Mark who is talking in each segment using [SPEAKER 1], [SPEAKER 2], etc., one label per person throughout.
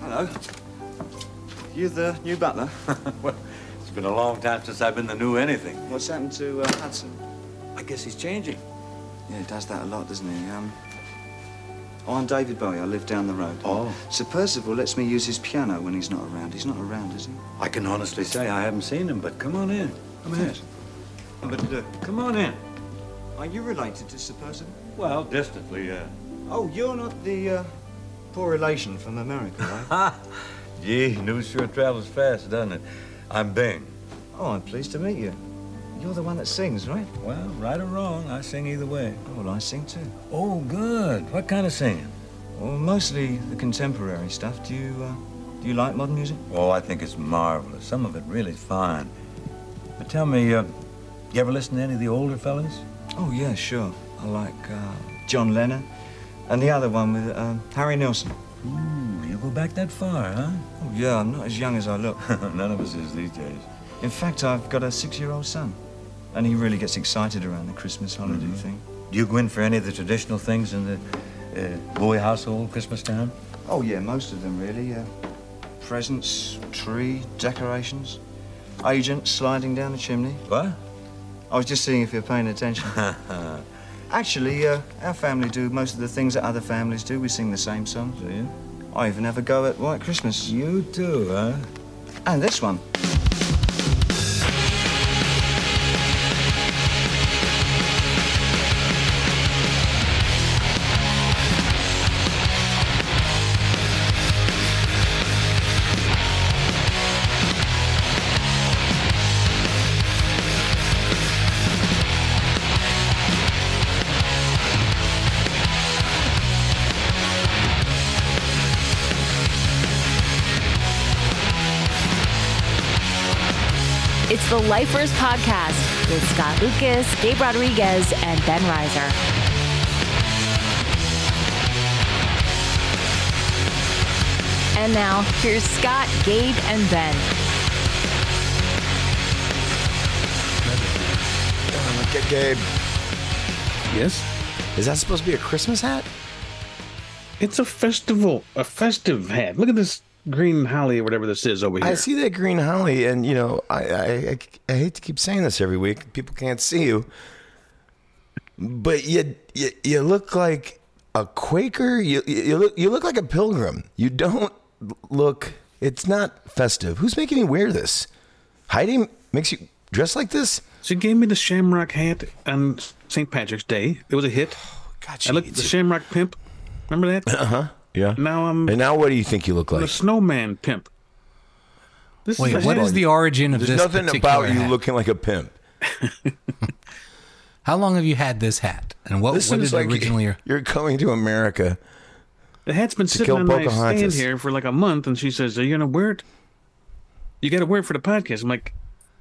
[SPEAKER 1] Hello. You the new butler?
[SPEAKER 2] well, it's been a long time since I've been the new anything.
[SPEAKER 1] What's happened to uh, Hudson?
[SPEAKER 2] I guess he's changing.
[SPEAKER 1] Yeah, he does that a lot, doesn't he? Um, oh, I'm David Bowie. I live down the road.
[SPEAKER 2] Oh.
[SPEAKER 1] Sir Percival lets me use his piano when he's not around. He's not around, is he?
[SPEAKER 2] I can honestly say I haven't seen him, but come on in. Come in. But uh, come on in.
[SPEAKER 1] Are you related to Sir Percival?
[SPEAKER 2] Well, distantly, yeah.
[SPEAKER 1] Oh, you're not the uh, poor relation from America, right?
[SPEAKER 2] Ha! uh. Gee, news sure travels fast, doesn't it? I'm Bing.
[SPEAKER 1] oh, I'm pleased to meet you. You're the one that sings, right?
[SPEAKER 2] Well, right or wrong, I sing either way.
[SPEAKER 1] Oh, well, I sing too.
[SPEAKER 2] Oh, good. What kind of singing?
[SPEAKER 1] Well, mostly the contemporary stuff. Do you, uh, do you like modern music?
[SPEAKER 2] Oh, I think it's marvelous. Some of it really fine. But tell me, uh, you ever listen to any of the older fellas?
[SPEAKER 1] Oh, yeah, sure. I like uh, John Lennon and the other one with um, Harry Nilsson.
[SPEAKER 2] Ooh, you go back that far, huh?
[SPEAKER 1] Oh, yeah, I'm not as young as I look.
[SPEAKER 2] None of us is these days.
[SPEAKER 1] In fact, I've got a six year old son, and he really gets excited around the Christmas holiday thing.
[SPEAKER 2] Do you go in for any of the traditional things in the uh, Bowie household Christmas time?
[SPEAKER 1] Oh, yeah, most of them, really. Uh, presents, tree, decorations, agents sliding down the chimney.
[SPEAKER 2] What?
[SPEAKER 1] I was just seeing if you're paying attention. Actually, uh, our family do most of the things that other families do. We sing the same songs.
[SPEAKER 2] Do you?
[SPEAKER 1] I even have a go at White Christmas.
[SPEAKER 2] You too, huh?
[SPEAKER 1] And this one.
[SPEAKER 3] It's the Lifers Podcast with Scott Lucas, Gabe Rodriguez, and Ben Reiser. And now, here's Scott, Gabe, and Ben.
[SPEAKER 4] G- Gabe,
[SPEAKER 5] Yes.
[SPEAKER 4] is that supposed to be a Christmas hat?
[SPEAKER 5] It's a festival, a festive hat. Look at this green holly or whatever this is over here.
[SPEAKER 4] I see that green holly, and you know, I, I I I hate to keep saying this every week. People can't see you, but you you, you look like a Quaker. You you you look you look like a pilgrim. You don't look. It's not festive. Who's making you wear this? Heidi makes you dress like this.
[SPEAKER 5] She gave me the shamrock hat on St. Patrick's Day. It was a hit.
[SPEAKER 4] God,
[SPEAKER 5] I looked at the shamrock pimp. Remember that? Uh huh.
[SPEAKER 4] yeah.
[SPEAKER 5] Now I'm
[SPEAKER 4] Uh-huh. And now, what do you think you look
[SPEAKER 5] the
[SPEAKER 4] like?
[SPEAKER 5] snowman pimp. This
[SPEAKER 6] Wait,
[SPEAKER 5] is a
[SPEAKER 6] what
[SPEAKER 5] hat.
[SPEAKER 6] is the origin of
[SPEAKER 4] There's
[SPEAKER 6] this?
[SPEAKER 4] nothing
[SPEAKER 6] particular
[SPEAKER 4] about you
[SPEAKER 6] hat?
[SPEAKER 4] looking like a pimp.
[SPEAKER 6] How long have you had this hat? And what,
[SPEAKER 4] This
[SPEAKER 6] what
[SPEAKER 4] is
[SPEAKER 6] did
[SPEAKER 4] like
[SPEAKER 6] originally your
[SPEAKER 4] you're coming to America.
[SPEAKER 5] The hat's been sitting
[SPEAKER 4] kill
[SPEAKER 5] on my stand
[SPEAKER 4] Pocahontas.
[SPEAKER 5] here for like a month, and she says, "Are you gonna wear it? You got to wear it for the podcast." I'm like,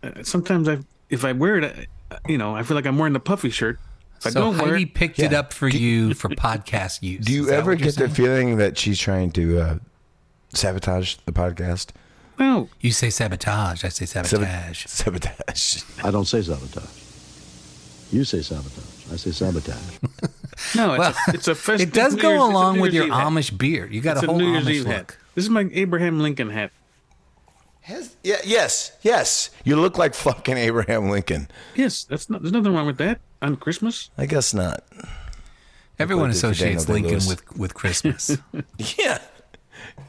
[SPEAKER 5] uh, sometimes I, if I wear it, I, you know, I feel like I'm wearing the puffy shirt. If I
[SPEAKER 6] so
[SPEAKER 5] don't wear
[SPEAKER 6] Heidi
[SPEAKER 5] it,
[SPEAKER 6] picked it
[SPEAKER 4] Yeah.
[SPEAKER 6] up for you for podcast use?
[SPEAKER 4] Do
[SPEAKER 6] Is
[SPEAKER 4] you
[SPEAKER 6] that
[SPEAKER 4] ever
[SPEAKER 6] what you're
[SPEAKER 4] get the
[SPEAKER 6] saying?
[SPEAKER 4] feeling that she's trying to uh, sabotage the podcast?
[SPEAKER 5] no.
[SPEAKER 6] You say sabotage. I say sabotage.
[SPEAKER 4] Sabotage.
[SPEAKER 7] I don't say sabotage. You say sabotage. I say sabotage.
[SPEAKER 5] No, it's,
[SPEAKER 6] Well,
[SPEAKER 5] a, it's a festive.
[SPEAKER 6] it does
[SPEAKER 5] New
[SPEAKER 6] go
[SPEAKER 5] Year's- it's a
[SPEAKER 6] along
[SPEAKER 5] New
[SPEAKER 6] with
[SPEAKER 5] Year's
[SPEAKER 6] your
[SPEAKER 5] Eve hat.
[SPEAKER 6] Amish beard. You got
[SPEAKER 5] It's
[SPEAKER 6] a whole
[SPEAKER 5] New Year's
[SPEAKER 6] Amish
[SPEAKER 5] Eve
[SPEAKER 6] look.
[SPEAKER 5] hat. This is my Abraham Lincoln hat.
[SPEAKER 4] Has, yeah, yes, yes. You look like fucking Abraham Lincoln.
[SPEAKER 5] Yes, that's not. There's nothing wrong with that on Christmas.
[SPEAKER 4] I guess not.
[SPEAKER 6] Everyone
[SPEAKER 4] Like the
[SPEAKER 6] associates
[SPEAKER 4] Daniel
[SPEAKER 6] Lincoln
[SPEAKER 4] Day-Lewis.
[SPEAKER 6] with with Christmas.
[SPEAKER 4] Yeah.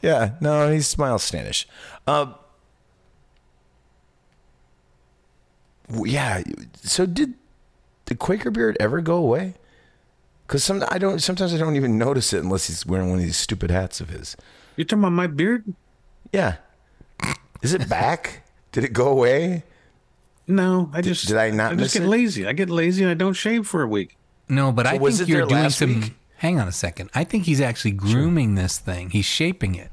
[SPEAKER 4] Yeah, no, he smiles Standish. Uh, w- yeah, so did the Quaker beard ever go away? Because some I don't. Sometimes I don't even notice it unless he's wearing one of these stupid hats of his.
[SPEAKER 5] You're talking about my beard?
[SPEAKER 4] Yeah. Is it back? Did it go away?
[SPEAKER 5] No, I just
[SPEAKER 4] did I not
[SPEAKER 5] I
[SPEAKER 4] miss
[SPEAKER 5] just get
[SPEAKER 4] it?
[SPEAKER 5] lazy. I get lazy and I don't shave for a week.
[SPEAKER 6] no, but I
[SPEAKER 4] was
[SPEAKER 6] think
[SPEAKER 4] it
[SPEAKER 6] you're
[SPEAKER 4] there
[SPEAKER 6] doing
[SPEAKER 4] last
[SPEAKER 6] some.
[SPEAKER 4] week?
[SPEAKER 6] Hang on a second. I think he's actually grooming this thing. He's shaping it.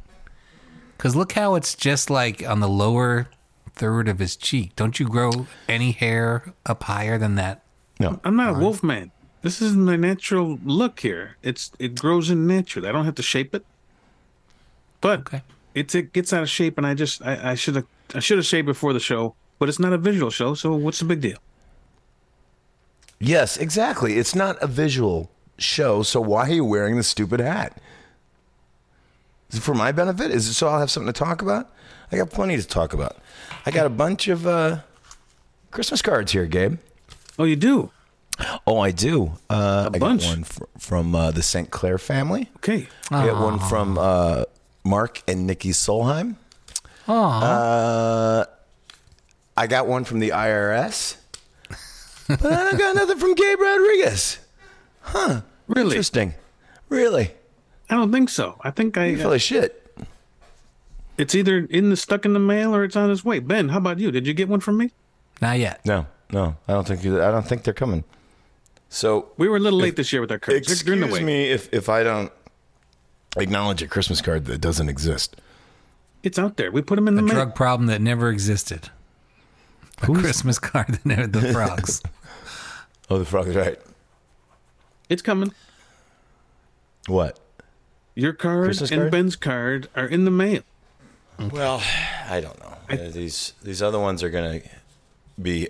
[SPEAKER 6] Because look how it's just like on the lower third of his cheek. Don't you grow any hair up higher than that?
[SPEAKER 4] No.
[SPEAKER 5] I'm not a wolf man. This is my natural look here. It's it grows in naturally. I don't have to shape it. But
[SPEAKER 6] Okay.
[SPEAKER 5] it's it gets out of shape, and I just I I should have I should have shaved before the show. But it's not a visual show, so what's the big deal?
[SPEAKER 4] Yes, exactly. It's not a visual show, so why are you wearing the stupid hat? Is it for my benefit? Is it so I'll have something to talk about? I got plenty to talk about. I got a bunch of uh, Christmas cards here, Gabe.
[SPEAKER 5] Oh, you do?
[SPEAKER 4] Oh, I do. Uh, I
[SPEAKER 5] bunch?
[SPEAKER 4] got one fr- from uh, the St. Clair family.
[SPEAKER 5] Okay.
[SPEAKER 4] I got
[SPEAKER 5] Ah.
[SPEAKER 4] one from uh, Mark and Nikki Solheim.
[SPEAKER 5] Ah.
[SPEAKER 4] Uh, I got one from the IRS. but I don't got nothing from Gabe Rodriguez.
[SPEAKER 5] Really?
[SPEAKER 4] Interesting. Really?
[SPEAKER 5] I don't think so. I think I. uh,
[SPEAKER 4] Full of shit.
[SPEAKER 5] it's either in the stuck in the mail or it's on its way. Ben, how about you? Did you get one from me?
[SPEAKER 6] Not yet.
[SPEAKER 4] No, no, I don't think you, I don't think they're coming. So
[SPEAKER 5] We were a little late this year with our cards. They're- they're in the
[SPEAKER 4] excuse
[SPEAKER 5] way.
[SPEAKER 4] me if if I don't acknowledge a Christmas card that doesn't exist.
[SPEAKER 5] It's out there. We put them in the
[SPEAKER 6] A
[SPEAKER 5] mail.
[SPEAKER 6] drug problem that never existed. A Christmas card that never the frogs.
[SPEAKER 4] Oh, the frog is right.
[SPEAKER 5] It's coming.
[SPEAKER 4] What?
[SPEAKER 5] Your card
[SPEAKER 4] Christmas
[SPEAKER 5] and
[SPEAKER 4] card?
[SPEAKER 5] Ben's card are in the mail.
[SPEAKER 4] Well, I don't know. Uh, these these other ones are gonna be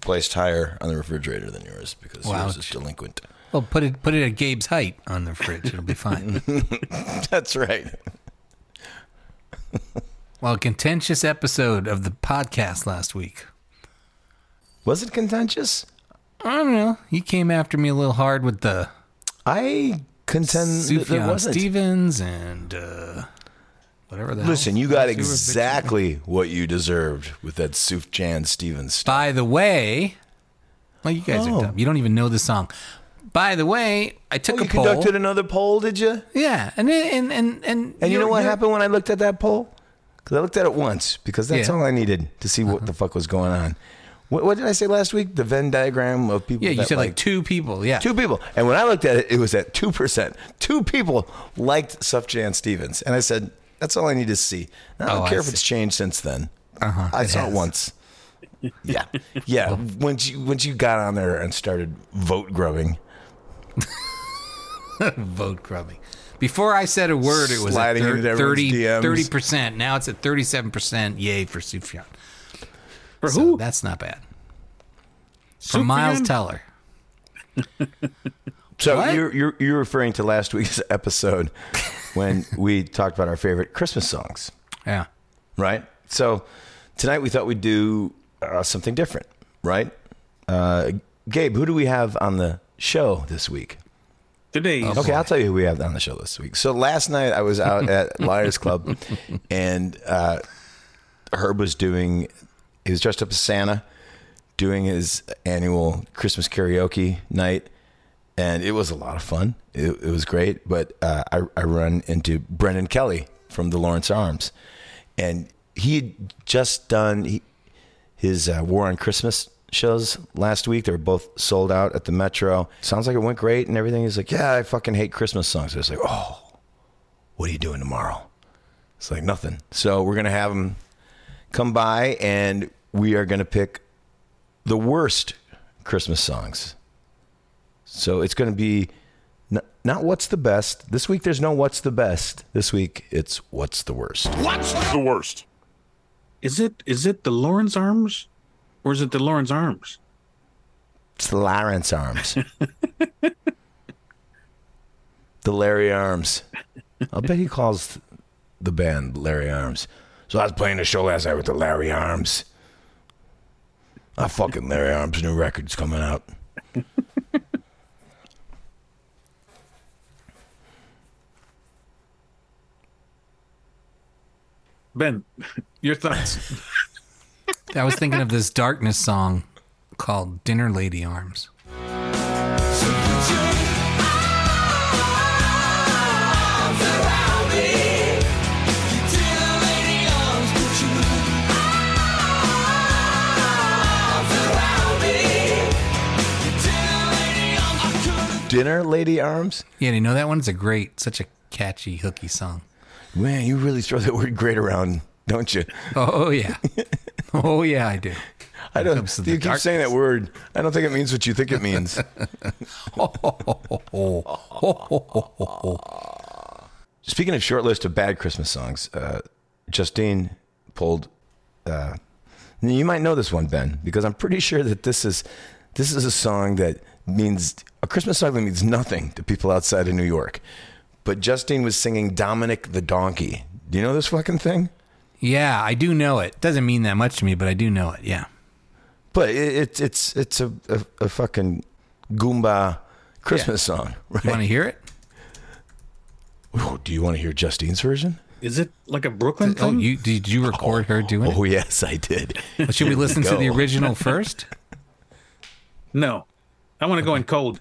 [SPEAKER 4] placed higher on the refrigerator than yours because yours is
[SPEAKER 6] Ouch.
[SPEAKER 4] delinquent.
[SPEAKER 6] Well, put it put it at Gabe's height on the fridge. It'll be fine.
[SPEAKER 4] That's right.
[SPEAKER 6] well, contentious episode of the podcast last week.
[SPEAKER 4] Was it contentious?
[SPEAKER 6] I don't know. You came after me a little hard with the
[SPEAKER 4] I contend that there
[SPEAKER 6] Sufjan
[SPEAKER 4] wasn't.
[SPEAKER 6] Stevens and uh, whatever that.
[SPEAKER 4] Listen, you got exactly what you deserved with that Sufjan Stevens stuff.
[SPEAKER 6] By the way, well, you guys
[SPEAKER 4] Oh.
[SPEAKER 6] are dumb. You don't even know the song. By the way, I took a
[SPEAKER 4] You
[SPEAKER 6] poll.
[SPEAKER 4] conducted another poll, did you?
[SPEAKER 6] yeah, and and and and,
[SPEAKER 4] And you
[SPEAKER 6] you're-
[SPEAKER 4] know what
[SPEAKER 6] you're-
[SPEAKER 4] happened when I looked at that poll? Because I looked at it once because that's
[SPEAKER 6] Yeah. Uh-huh.
[SPEAKER 4] all I needed to see what the fuck was going on. What, what did I say last week? The Venn diagram of people.
[SPEAKER 6] Yeah, you
[SPEAKER 4] that
[SPEAKER 6] said like two people. Yeah,
[SPEAKER 4] two people. And when I looked at it, it was at two percent. Two people liked Sufjan Stevens, and I said that's all I need to see. And I don't
[SPEAKER 6] Oh, I
[SPEAKER 4] care if
[SPEAKER 6] see.
[SPEAKER 4] it's changed since then.
[SPEAKER 6] Uh-huh,
[SPEAKER 4] I
[SPEAKER 6] it
[SPEAKER 4] saw it
[SPEAKER 6] has.
[SPEAKER 4] once. Yeah, yeah. Once you once you got on there and started vote grubbing,
[SPEAKER 6] vote grubbing. Before I said a word, it was at
[SPEAKER 4] Sliding into everyone's
[SPEAKER 6] 30
[SPEAKER 4] DMs.
[SPEAKER 6] percent. Now it's at thirty-seven percent. Yay for Sufjan.
[SPEAKER 5] For
[SPEAKER 6] So
[SPEAKER 5] who?
[SPEAKER 6] that's not bad. For Miles
[SPEAKER 5] Superman?
[SPEAKER 6] Teller.
[SPEAKER 4] So
[SPEAKER 6] What?
[SPEAKER 4] you're, you're you're referring to last week's episode when we talked about our favorite Christmas songs,
[SPEAKER 6] Yeah.
[SPEAKER 4] right? So tonight we thought we'd do uh, something different, right? Uh, Gabe, who do we have on the show this week?
[SPEAKER 5] Today.
[SPEAKER 6] Oh,
[SPEAKER 4] Okay, I'll tell you who we have on the show this week. So last night I was out at Liars Club, and uh, Herb was doing. He was dressed up as Santa, doing his annual Christmas karaoke night, and it was a lot of fun. It, it was great. But uh, I, I run into Brendan Kelly from the Lawrence Arms, and he had just done. He, his uh, War on Christmas shows last week. They were both sold out at the Metro. Sounds like it went great and everything. He's like, yeah, I fucking hate Christmas songs. I was like, oh, what are you doing tomorrow? It's like nothing. So we're gonna have him come by and we are gonna pick the worst Christmas songs. So it's gonna be n- not what's the best. This week there's no what's the best. This week it's what's the worst.
[SPEAKER 5] Is it is it the Lawrence Arms? Or is it the Lawrence Arms?
[SPEAKER 4] It's the Lawrence Arms. the Larry Arms. I'll bet he calls the band Larry Arms. So I was playing a show last night with the Larry Arms. I fucking Larry Arms' new record's coming out.
[SPEAKER 5] Ben, your thoughts.
[SPEAKER 6] I was thinking of this darkness song called Dinner Lady Arms.
[SPEAKER 4] Dinner, Lady Arms?
[SPEAKER 6] Yeah, you know that one's a great, such a catchy, hooky song.
[SPEAKER 4] Man, you really throw that word great around, don't you?
[SPEAKER 6] Oh yeah, oh yeah, I do.
[SPEAKER 4] I don't.
[SPEAKER 6] comes to the
[SPEAKER 4] You keep saying that
[SPEAKER 6] darkness.
[SPEAKER 4] word. I don't think it means what you think it means. Speaking of short list of bad Christmas songs, uh, Justine pulled. Uh, you might know this one, Ben, because I'm pretty sure that this is this is a song that means a Christmas song that means nothing to people outside of New York, but Justine was singing Dominic the Donkey. Do you know this fucking thing?
[SPEAKER 6] Yeah, I do know it. Doesn't mean that much to me, but I do know it. Yeah.
[SPEAKER 4] But it, it's it's it's a, a, a fucking Goomba Christmas song, right?
[SPEAKER 6] You want to hear it?
[SPEAKER 4] Ooh, do you want to hear Justine's version?
[SPEAKER 5] Is it like a Brooklyn
[SPEAKER 6] Oh,
[SPEAKER 5] thing?
[SPEAKER 6] you did you record her doing
[SPEAKER 4] Um, Oh
[SPEAKER 6] it?
[SPEAKER 4] yes, I did.
[SPEAKER 6] Well, should we listen to the
[SPEAKER 4] go.
[SPEAKER 6] original first?
[SPEAKER 5] no. I want to go in cold.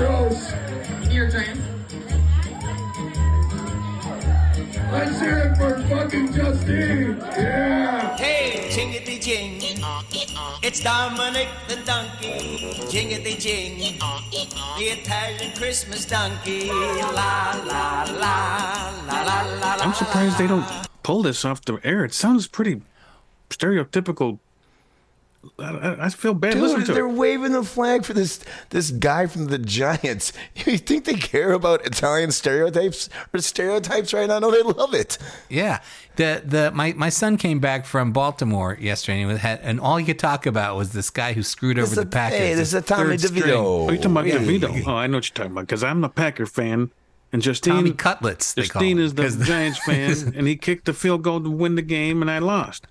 [SPEAKER 8] Your turn.
[SPEAKER 9] Let's hear it for fucking Justine. Yeah.
[SPEAKER 10] Hey, jingity jing. It's Dominic the donkey. Jingity jing. The Italian Christmas donkey. La la la la la la la.
[SPEAKER 5] I'm surprised they don't pull this off the air. It sounds pretty stereotypical. I, I- I feel bad listening
[SPEAKER 4] Dude,
[SPEAKER 5] to
[SPEAKER 4] they're
[SPEAKER 5] it.
[SPEAKER 4] waving the flag for this this guy from the Giants. You think they care about Italian stereotypes or stereotypes right now? No, they love it.
[SPEAKER 6] Yeah. The the my, my son came back from Baltimore yesterday and, he had, and all he could talk about was this guy who screwed over the Packers.
[SPEAKER 4] Hey, this is a
[SPEAKER 6] the
[SPEAKER 4] Tommy
[SPEAKER 6] third string.
[SPEAKER 4] DeVito.
[SPEAKER 5] Oh, you're talking about
[SPEAKER 4] Hey.
[SPEAKER 5] DeVito. Oh, I know what you're talking about because I'm a Packer fan, and Justine
[SPEAKER 6] Tommy Cutlets. They call
[SPEAKER 5] Justine
[SPEAKER 6] him,
[SPEAKER 5] is the
[SPEAKER 6] 'cause the-
[SPEAKER 5] Giants fan, and he kicked the field goal to win the game, and I lost.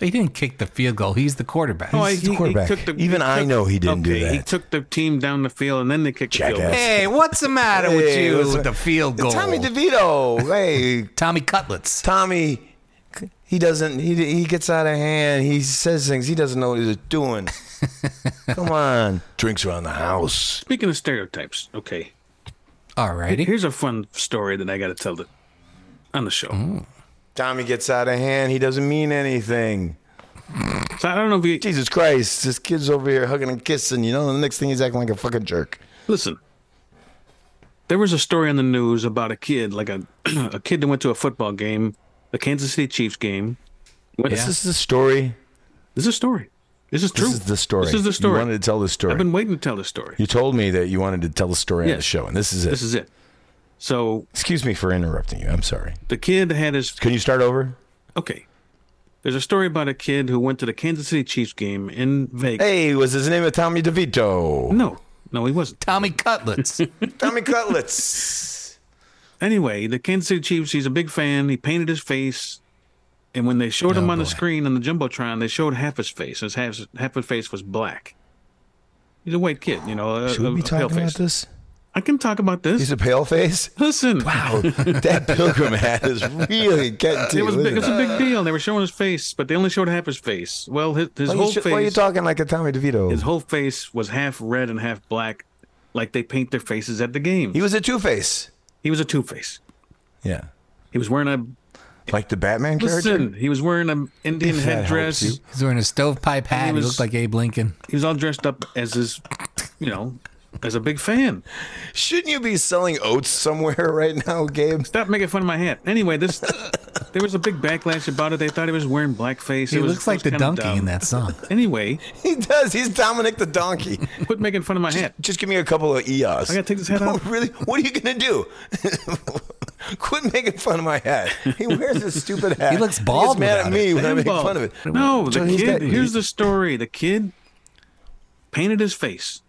[SPEAKER 6] He didn't kick the field goal. He's the quarterback.
[SPEAKER 5] Oh,
[SPEAKER 4] the quarterback. Even I know he didn't do
[SPEAKER 5] okay, He
[SPEAKER 4] that.
[SPEAKER 5] took the team down the field, and then they kicked the field
[SPEAKER 4] Jackass.
[SPEAKER 5] goal.
[SPEAKER 6] hey, what's the matter with
[SPEAKER 4] Hey,
[SPEAKER 6] you
[SPEAKER 4] what's-
[SPEAKER 6] with the field goal?
[SPEAKER 4] Tommy DeVito. Hey,
[SPEAKER 6] Tommy Cutlets.
[SPEAKER 4] Tommy. He doesn't. He he gets out of hand. He says things. He doesn't know what he's doing. Come on. Drinks around the house.
[SPEAKER 5] Speaking of stereotypes, okay,
[SPEAKER 6] All righty.
[SPEAKER 5] here's a fun story that I got to tell the, on the show.
[SPEAKER 4] Mm. Tommy gets out of hand. He doesn't mean anything.
[SPEAKER 5] So I don't know if you
[SPEAKER 4] Jesus Christ, this kid's over here hugging and kissing, you know, and the next thing he's acting like a fucking jerk.
[SPEAKER 5] Listen, there was a story on the news about a kid, like a a kid that went to a football game, the Kansas City Chiefs game. Went,
[SPEAKER 4] This is the story.
[SPEAKER 5] This is a story. This is true.
[SPEAKER 4] This is the story.
[SPEAKER 5] This is the story.
[SPEAKER 4] You wanted to tell this story.
[SPEAKER 5] I've been waiting to tell this story.
[SPEAKER 4] you told me that you wanted to tell the story on the
[SPEAKER 5] Yes.
[SPEAKER 4] show, and this is it.
[SPEAKER 5] This is it. So
[SPEAKER 4] Excuse me for interrupting you. I'm sorry.
[SPEAKER 5] the kid had his
[SPEAKER 4] Can you start over?
[SPEAKER 5] okay. There's a story about a kid who went to the Kansas City Chiefs game in Vegas.
[SPEAKER 4] Hey, was his name Tommy DeVito?
[SPEAKER 5] No, no, he wasn't.
[SPEAKER 6] Tommy Cutlets.
[SPEAKER 4] Tommy Cutlets.
[SPEAKER 5] Anyway, the Kansas City Chiefs, he's a big fan. He painted his face. And when they showed
[SPEAKER 4] Oh,
[SPEAKER 5] him on the screen on the Jumbotron, they showed half his face. His half, half his face was black. He's a white kid, you know, a,
[SPEAKER 4] Should we
[SPEAKER 5] a-
[SPEAKER 4] be
[SPEAKER 5] a pale
[SPEAKER 4] talking about
[SPEAKER 5] face.
[SPEAKER 4] this?
[SPEAKER 5] I can talk about this.
[SPEAKER 4] He's a pale face?
[SPEAKER 5] Listen,
[SPEAKER 4] Wow, that pilgrim hat is really getting to
[SPEAKER 5] it was,
[SPEAKER 4] you.
[SPEAKER 5] big, it was
[SPEAKER 4] isn't
[SPEAKER 5] a big
[SPEAKER 4] it?
[SPEAKER 5] deal. They were showing his face, but they only showed half his face. Well, his, his
[SPEAKER 4] Why you
[SPEAKER 5] whole
[SPEAKER 4] sh-
[SPEAKER 5] face.
[SPEAKER 4] Why are you talking like a Tommy DeVito?
[SPEAKER 5] His whole face was half red and half black, like they paint their faces at the game.
[SPEAKER 4] he was a Two Face.
[SPEAKER 5] He was a Two Face.
[SPEAKER 4] Yeah.
[SPEAKER 5] He was wearing a
[SPEAKER 4] Like the Batman character?
[SPEAKER 5] listen. He was wearing an Indian
[SPEAKER 4] If that helps
[SPEAKER 5] headdress.
[SPEAKER 4] you.
[SPEAKER 6] He's wearing a stovepipe hat. He,
[SPEAKER 5] was-
[SPEAKER 6] looked like Abe Lincoln.
[SPEAKER 5] He was all dressed up as his, you know, as a big fan.
[SPEAKER 4] Shouldn't you be selling oats somewhere right now, Gabe?
[SPEAKER 5] Stop making fun of my hat. Anyway, this there was a big backlash about it. They thought he was wearing blackface.
[SPEAKER 6] He
[SPEAKER 5] it was,
[SPEAKER 6] looks like
[SPEAKER 5] it
[SPEAKER 6] the
[SPEAKER 5] was kinda
[SPEAKER 6] donkey
[SPEAKER 5] dumb.
[SPEAKER 6] in that song.
[SPEAKER 5] Anyway,
[SPEAKER 4] He does. He's Dominic the donkey.
[SPEAKER 5] quit making fun of my hat.
[SPEAKER 4] Just give me a couple of EOS.
[SPEAKER 5] I gotta take this hat
[SPEAKER 4] No,
[SPEAKER 5] off.
[SPEAKER 4] really? What are you gonna do? Quit making fun of my hat. He wears this stupid hat.
[SPEAKER 6] He looks bald
[SPEAKER 4] He's mad at
[SPEAKER 6] without
[SPEAKER 4] me
[SPEAKER 6] it.
[SPEAKER 4] when I make
[SPEAKER 5] Pinball.
[SPEAKER 4] fun of it.
[SPEAKER 5] No,
[SPEAKER 4] So
[SPEAKER 5] the
[SPEAKER 4] he's
[SPEAKER 5] kid.
[SPEAKER 4] got-
[SPEAKER 5] here's the story. The kid painted his face.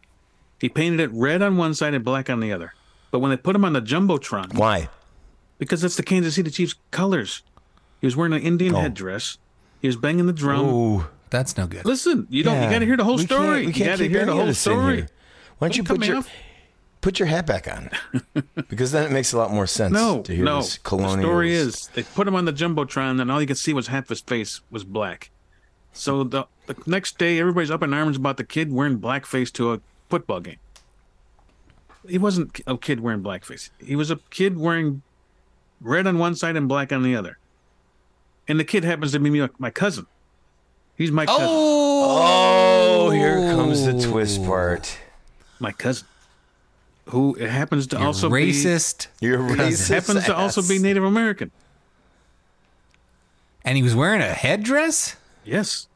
[SPEAKER 5] He painted it red on one side and black on the other. But when they put him on the jumbotron,
[SPEAKER 4] why.
[SPEAKER 5] because that's the Kansas City Chiefs colors, he was wearing an Indian
[SPEAKER 6] Oh.
[SPEAKER 5] headdress. He was banging the drum.
[SPEAKER 6] That's no good.
[SPEAKER 5] Listen, you don't. You got to hear the whole
[SPEAKER 4] We can't-
[SPEAKER 5] story.
[SPEAKER 4] we can't
[SPEAKER 5] you got to
[SPEAKER 4] keep
[SPEAKER 5] hear
[SPEAKER 4] any
[SPEAKER 5] the
[SPEAKER 4] of
[SPEAKER 5] whole
[SPEAKER 4] this in
[SPEAKER 5] story.
[SPEAKER 4] here. Why don't you
[SPEAKER 5] Don't cut
[SPEAKER 4] put
[SPEAKER 5] me
[SPEAKER 4] your
[SPEAKER 5] off.
[SPEAKER 4] Put your hat back on, because then it makes a lot more sense
[SPEAKER 5] No,
[SPEAKER 4] to hear
[SPEAKER 5] no.
[SPEAKER 4] this colonial.
[SPEAKER 5] The story is they put him on the jumbotron, and all you could see was half his face was black. So the, the next day, everybody's up in arms about the kid wearing blackface to a football game. He wasn't a kid wearing blackface. He was a kid wearing red on one side and black on the other. And the kid happens to be my- my cousin. He's my cousin.
[SPEAKER 4] Oh, here comes the twist part.
[SPEAKER 5] My cousin, who happens to
[SPEAKER 6] You're
[SPEAKER 5] also be
[SPEAKER 6] racist.
[SPEAKER 4] You're
[SPEAKER 6] Cousin.
[SPEAKER 4] racist.
[SPEAKER 5] happens to also be
[SPEAKER 4] ass.
[SPEAKER 5] Native American.
[SPEAKER 6] And he was wearing a headdress?
[SPEAKER 5] Yes,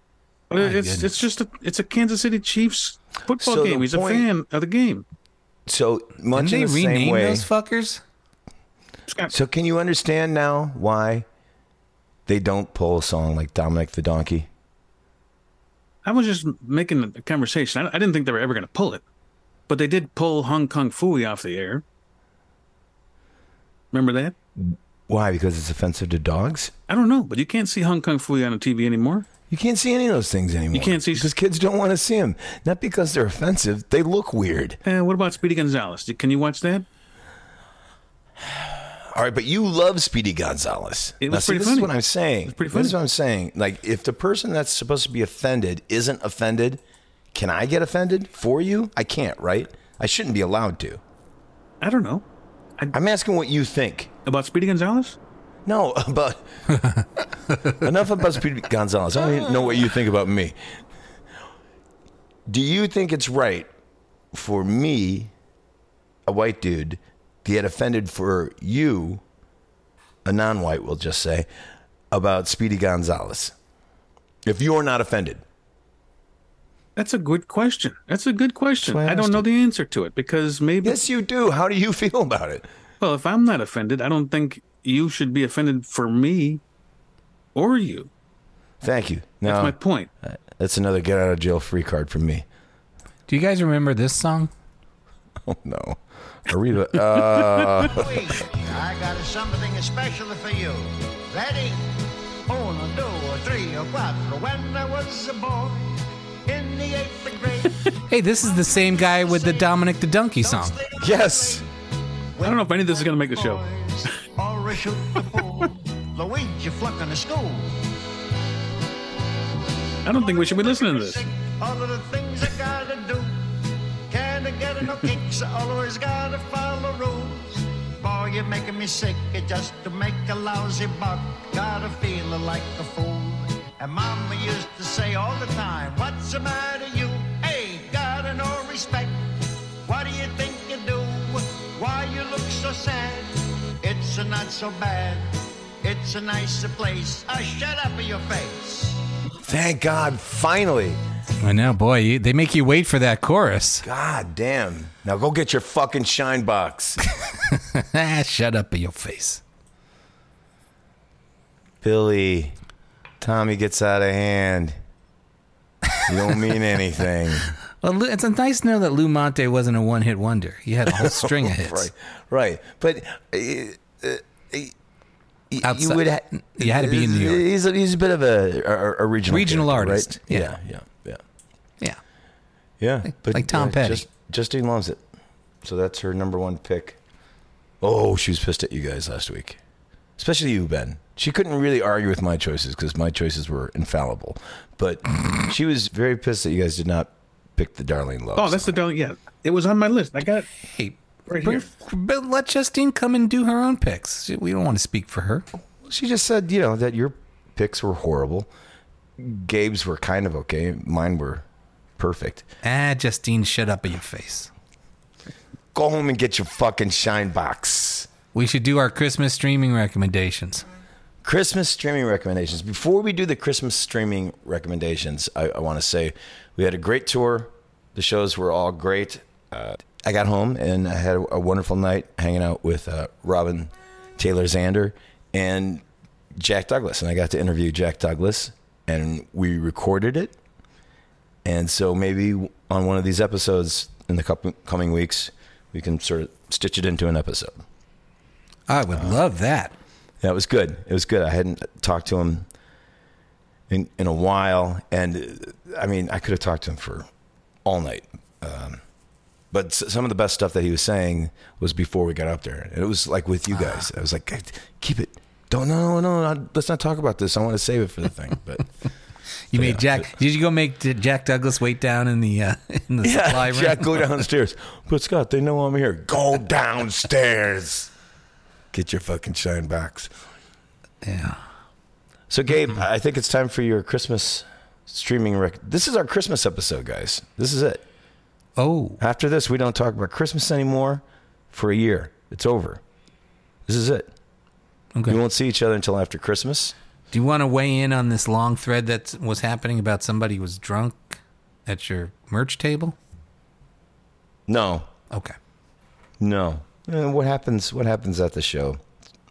[SPEAKER 5] but it's it's
[SPEAKER 6] goodness.
[SPEAKER 5] just a, it's a Kansas City Chiefs football
[SPEAKER 4] So the
[SPEAKER 5] game. He's
[SPEAKER 4] point-
[SPEAKER 5] a fan of the game.
[SPEAKER 4] So much
[SPEAKER 6] Didn't they
[SPEAKER 4] in the same
[SPEAKER 6] rename
[SPEAKER 4] way.
[SPEAKER 6] those fuckers?
[SPEAKER 4] so can you understand now why they don't pull a song like Dominic the Donkey?
[SPEAKER 5] I was just making a conversation. I, I didn't think they were ever going to pull it, but they did pull Hong Kong Fooey off the air. Remember that?
[SPEAKER 4] Why? Because it's offensive to dogs.
[SPEAKER 5] I don't know, but you can't see Hong Kong Fooey on TV anymore.
[SPEAKER 4] You can't see any of those things anymore.
[SPEAKER 5] can't see-
[SPEAKER 4] because kids don't want to see them. Not because they're offensive. They look weird.
[SPEAKER 5] Eh, what about Speedy Gonzalez? Can you watch that?
[SPEAKER 4] All right, but you love Speedy Gonzalez.
[SPEAKER 5] It was
[SPEAKER 4] Now, see,
[SPEAKER 5] pretty
[SPEAKER 4] this
[SPEAKER 5] funny.
[SPEAKER 4] is what I'm saying.
[SPEAKER 5] was pretty
[SPEAKER 4] This is
[SPEAKER 5] funny.
[SPEAKER 4] what I'm saying. Like, if the person that's supposed to be offended isn't offended, can I get offended for you? I can't, right? I shouldn't be allowed to.
[SPEAKER 5] I don't know
[SPEAKER 4] I'm asking what you think.
[SPEAKER 5] about Speedy Gonzalez.
[SPEAKER 4] No, about enough about Speedy Gonzalez. I don't even know what you think about me. Do you think it's right for me, a white dude, to get offended for you, a non-white, we'll just say, about Speedy Gonzalez? If you're not offended,
[SPEAKER 5] That's a good question. That's a good question.
[SPEAKER 4] why I
[SPEAKER 5] I don't
[SPEAKER 4] asked
[SPEAKER 5] know
[SPEAKER 4] it.
[SPEAKER 5] the answer to it because maybe
[SPEAKER 4] yes, you do. How do you feel about it?
[SPEAKER 5] Well, if I'm not offended, I don't think you should be offended for me or you.
[SPEAKER 4] Thank you.
[SPEAKER 5] That's
[SPEAKER 4] No,
[SPEAKER 5] my point.
[SPEAKER 4] that's another get out of jail free card from me.
[SPEAKER 6] Do you guys remember this song?
[SPEAKER 4] Oh no, Arriba. Uh,
[SPEAKER 10] I got something special for you. Ready? Uno, dos, three, cuatro. When I was a boy, in the eighth grade.
[SPEAKER 6] Hey, this is the same guy with the Dominic the Donkey song.
[SPEAKER 4] yes.
[SPEAKER 5] I don't know if any of this is going to make the show.
[SPEAKER 10] or a shoot the bull. Luigi flucking to school.
[SPEAKER 5] I don't think we should be listening to this.
[SPEAKER 10] All of the things I gotta do. Can't get no kicks. I always gotta follow rules. Boy, you're making me sick just to make a lousy buck. Gotta feel like a fool. And mama used to say all the time, What's the matter, you? Ain't got no respect. What do you think you do? Why you look so sad? It's a not so bad. It's a nicer place. Uh, shut up in your face.
[SPEAKER 4] Thank God, finally.
[SPEAKER 6] I know, boy. You, they make you wait for that chorus.
[SPEAKER 4] God damn. Now go get your fucking shine box.
[SPEAKER 6] Ah, Shut up in your face.
[SPEAKER 4] Billy, Tommy gets out of hand. You don't mean anything.
[SPEAKER 6] Well, Lou- it's nice to know that Lou Monte wasn't a one-hit wonder. He had a whole string of hits.
[SPEAKER 4] right, right. But uh, uh, y- you
[SPEAKER 6] Outside-
[SPEAKER 4] would ha-
[SPEAKER 6] you had to be in New York.
[SPEAKER 4] He's a, he's a bit of a, a, a regional
[SPEAKER 6] Regional
[SPEAKER 4] character,
[SPEAKER 6] artist, yeah.
[SPEAKER 4] Right? yeah, yeah,
[SPEAKER 6] Yeah.
[SPEAKER 4] yeah. Yeah, But
[SPEAKER 6] like Tom Petty.
[SPEAKER 4] Just, Justine loves it, so that's her number one pick. Oh, she was pissed at you guys last week, especially you, Ben. She couldn't really argue with my choices because my choices were infallible, but she was very pissed that you guys did not pick the Darling Love.
[SPEAKER 5] Oh, that's the darling. Yeah, it was on my list. I got it.
[SPEAKER 6] Hey,
[SPEAKER 5] Right
[SPEAKER 6] bring- but let Justine come and do her own picks. We don't want to speak for her.
[SPEAKER 4] She just said, you know, that your picks were horrible. Gabe's were kind of okay. Mine were perfect.
[SPEAKER 6] Ah, Justine, shut up in your face.
[SPEAKER 4] Go home and get your fucking shine box.
[SPEAKER 6] We should do our Christmas streaming recommendations.
[SPEAKER 4] Christmas streaming recommendations. Before we do the Christmas streaming recommendations, I, I want to say we had a great tour. The shows were all great. Uh, I got home and I had a, a wonderful night hanging out with uh, Robin Taylor Zander and Jack Douglas. And I got to interview Jack Douglas and we recorded it. And so maybe on one of these episodes in the couple, coming weeks, we can sort of stitch it into an episode.
[SPEAKER 6] I
[SPEAKER 4] Uh,
[SPEAKER 6] would love that.
[SPEAKER 4] Yeah, it was good. It was good. I hadn't talked to him in in a while, and uh, I mean, I could have talked to him for all night. Um, But s- some of the best stuff that he was saying was before we got up there. And it was like with you guys.
[SPEAKER 6] Ah.
[SPEAKER 4] I was like, "Hey, keep it. Don't, no, no, no, no. Let's not talk about this. I want to save it for the thing. But
[SPEAKER 6] You made
[SPEAKER 4] Yeah.
[SPEAKER 6] Jack. Did you go make D- Jack Douglas wait down in the uh, in the supply room?
[SPEAKER 4] Jack, go downstairs. But Scott, they know I'm here. Go downstairs. Get your fucking shine box.
[SPEAKER 6] Yeah.
[SPEAKER 4] So, Gabe, I think it's time for your Christmas streaming rec. This is our Christmas episode, guys. This is it.
[SPEAKER 6] Oh,
[SPEAKER 4] After this, we don't talk about Christmas anymore for a year. It's over. This is it.
[SPEAKER 6] okay.
[SPEAKER 4] We won't see each other until after Christmas.
[SPEAKER 6] Do you want to weigh in on this long thread that was happening about somebody was drunk at your merch table?
[SPEAKER 4] No,
[SPEAKER 6] Okay.
[SPEAKER 4] no. Eh, what happens? What happens at the show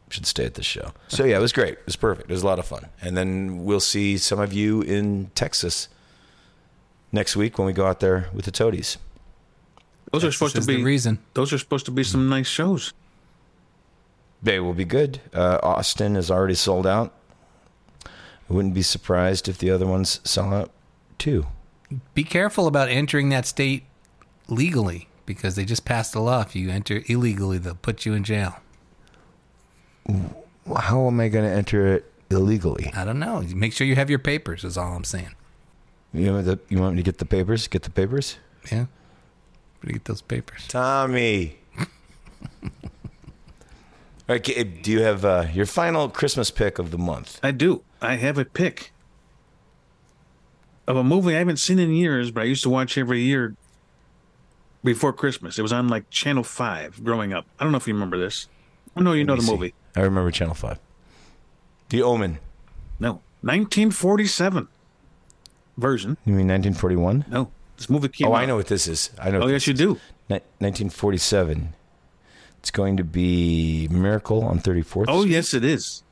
[SPEAKER 4] should stay at the show. So yeah, it was great. It was perfect. It was a lot of fun. And then we'll see some of you in Texas next week when we go out there with the Toadies.
[SPEAKER 5] Those are supposed to
[SPEAKER 6] is the
[SPEAKER 5] be
[SPEAKER 6] reason.
[SPEAKER 5] Those are supposed to be some nice shows.
[SPEAKER 4] They will be good. Uh, Austin is already sold out. I wouldn't be surprised if the other ones sell out too.
[SPEAKER 6] Be careful about entering that state legally because they just passed a law. If you enter illegally, they'll put you in jail.
[SPEAKER 4] How am I going to enter it illegally?
[SPEAKER 6] I don't know. Make sure you have your papers. Is all I'm saying.
[SPEAKER 4] You want, the, you want me to get the papers? Get the papers?
[SPEAKER 6] Yeah. Where do you get those papers?
[SPEAKER 4] Tommy. All right, Gabe, do you have uh, your final Christmas pick of the month?
[SPEAKER 5] I do. I have a pick of a movie I haven't seen in years, but I used to watch every year before Christmas. It was on like Channel Five growing up. I don't know if you remember this. I know you know the
[SPEAKER 4] Let me see.
[SPEAKER 5] movie.
[SPEAKER 4] I remember Channel 5. The Omen.
[SPEAKER 5] No, 1947 version.
[SPEAKER 4] You mean 1941?
[SPEAKER 5] No, this movie came.
[SPEAKER 4] Oh,
[SPEAKER 5] out.
[SPEAKER 4] I know what this is. I know.
[SPEAKER 5] Oh
[SPEAKER 4] what
[SPEAKER 5] yes,
[SPEAKER 4] this
[SPEAKER 5] you
[SPEAKER 4] is.
[SPEAKER 5] do.
[SPEAKER 4] Ni- 1947. It's going to be Miracle on 34th.
[SPEAKER 5] Oh yes, it is.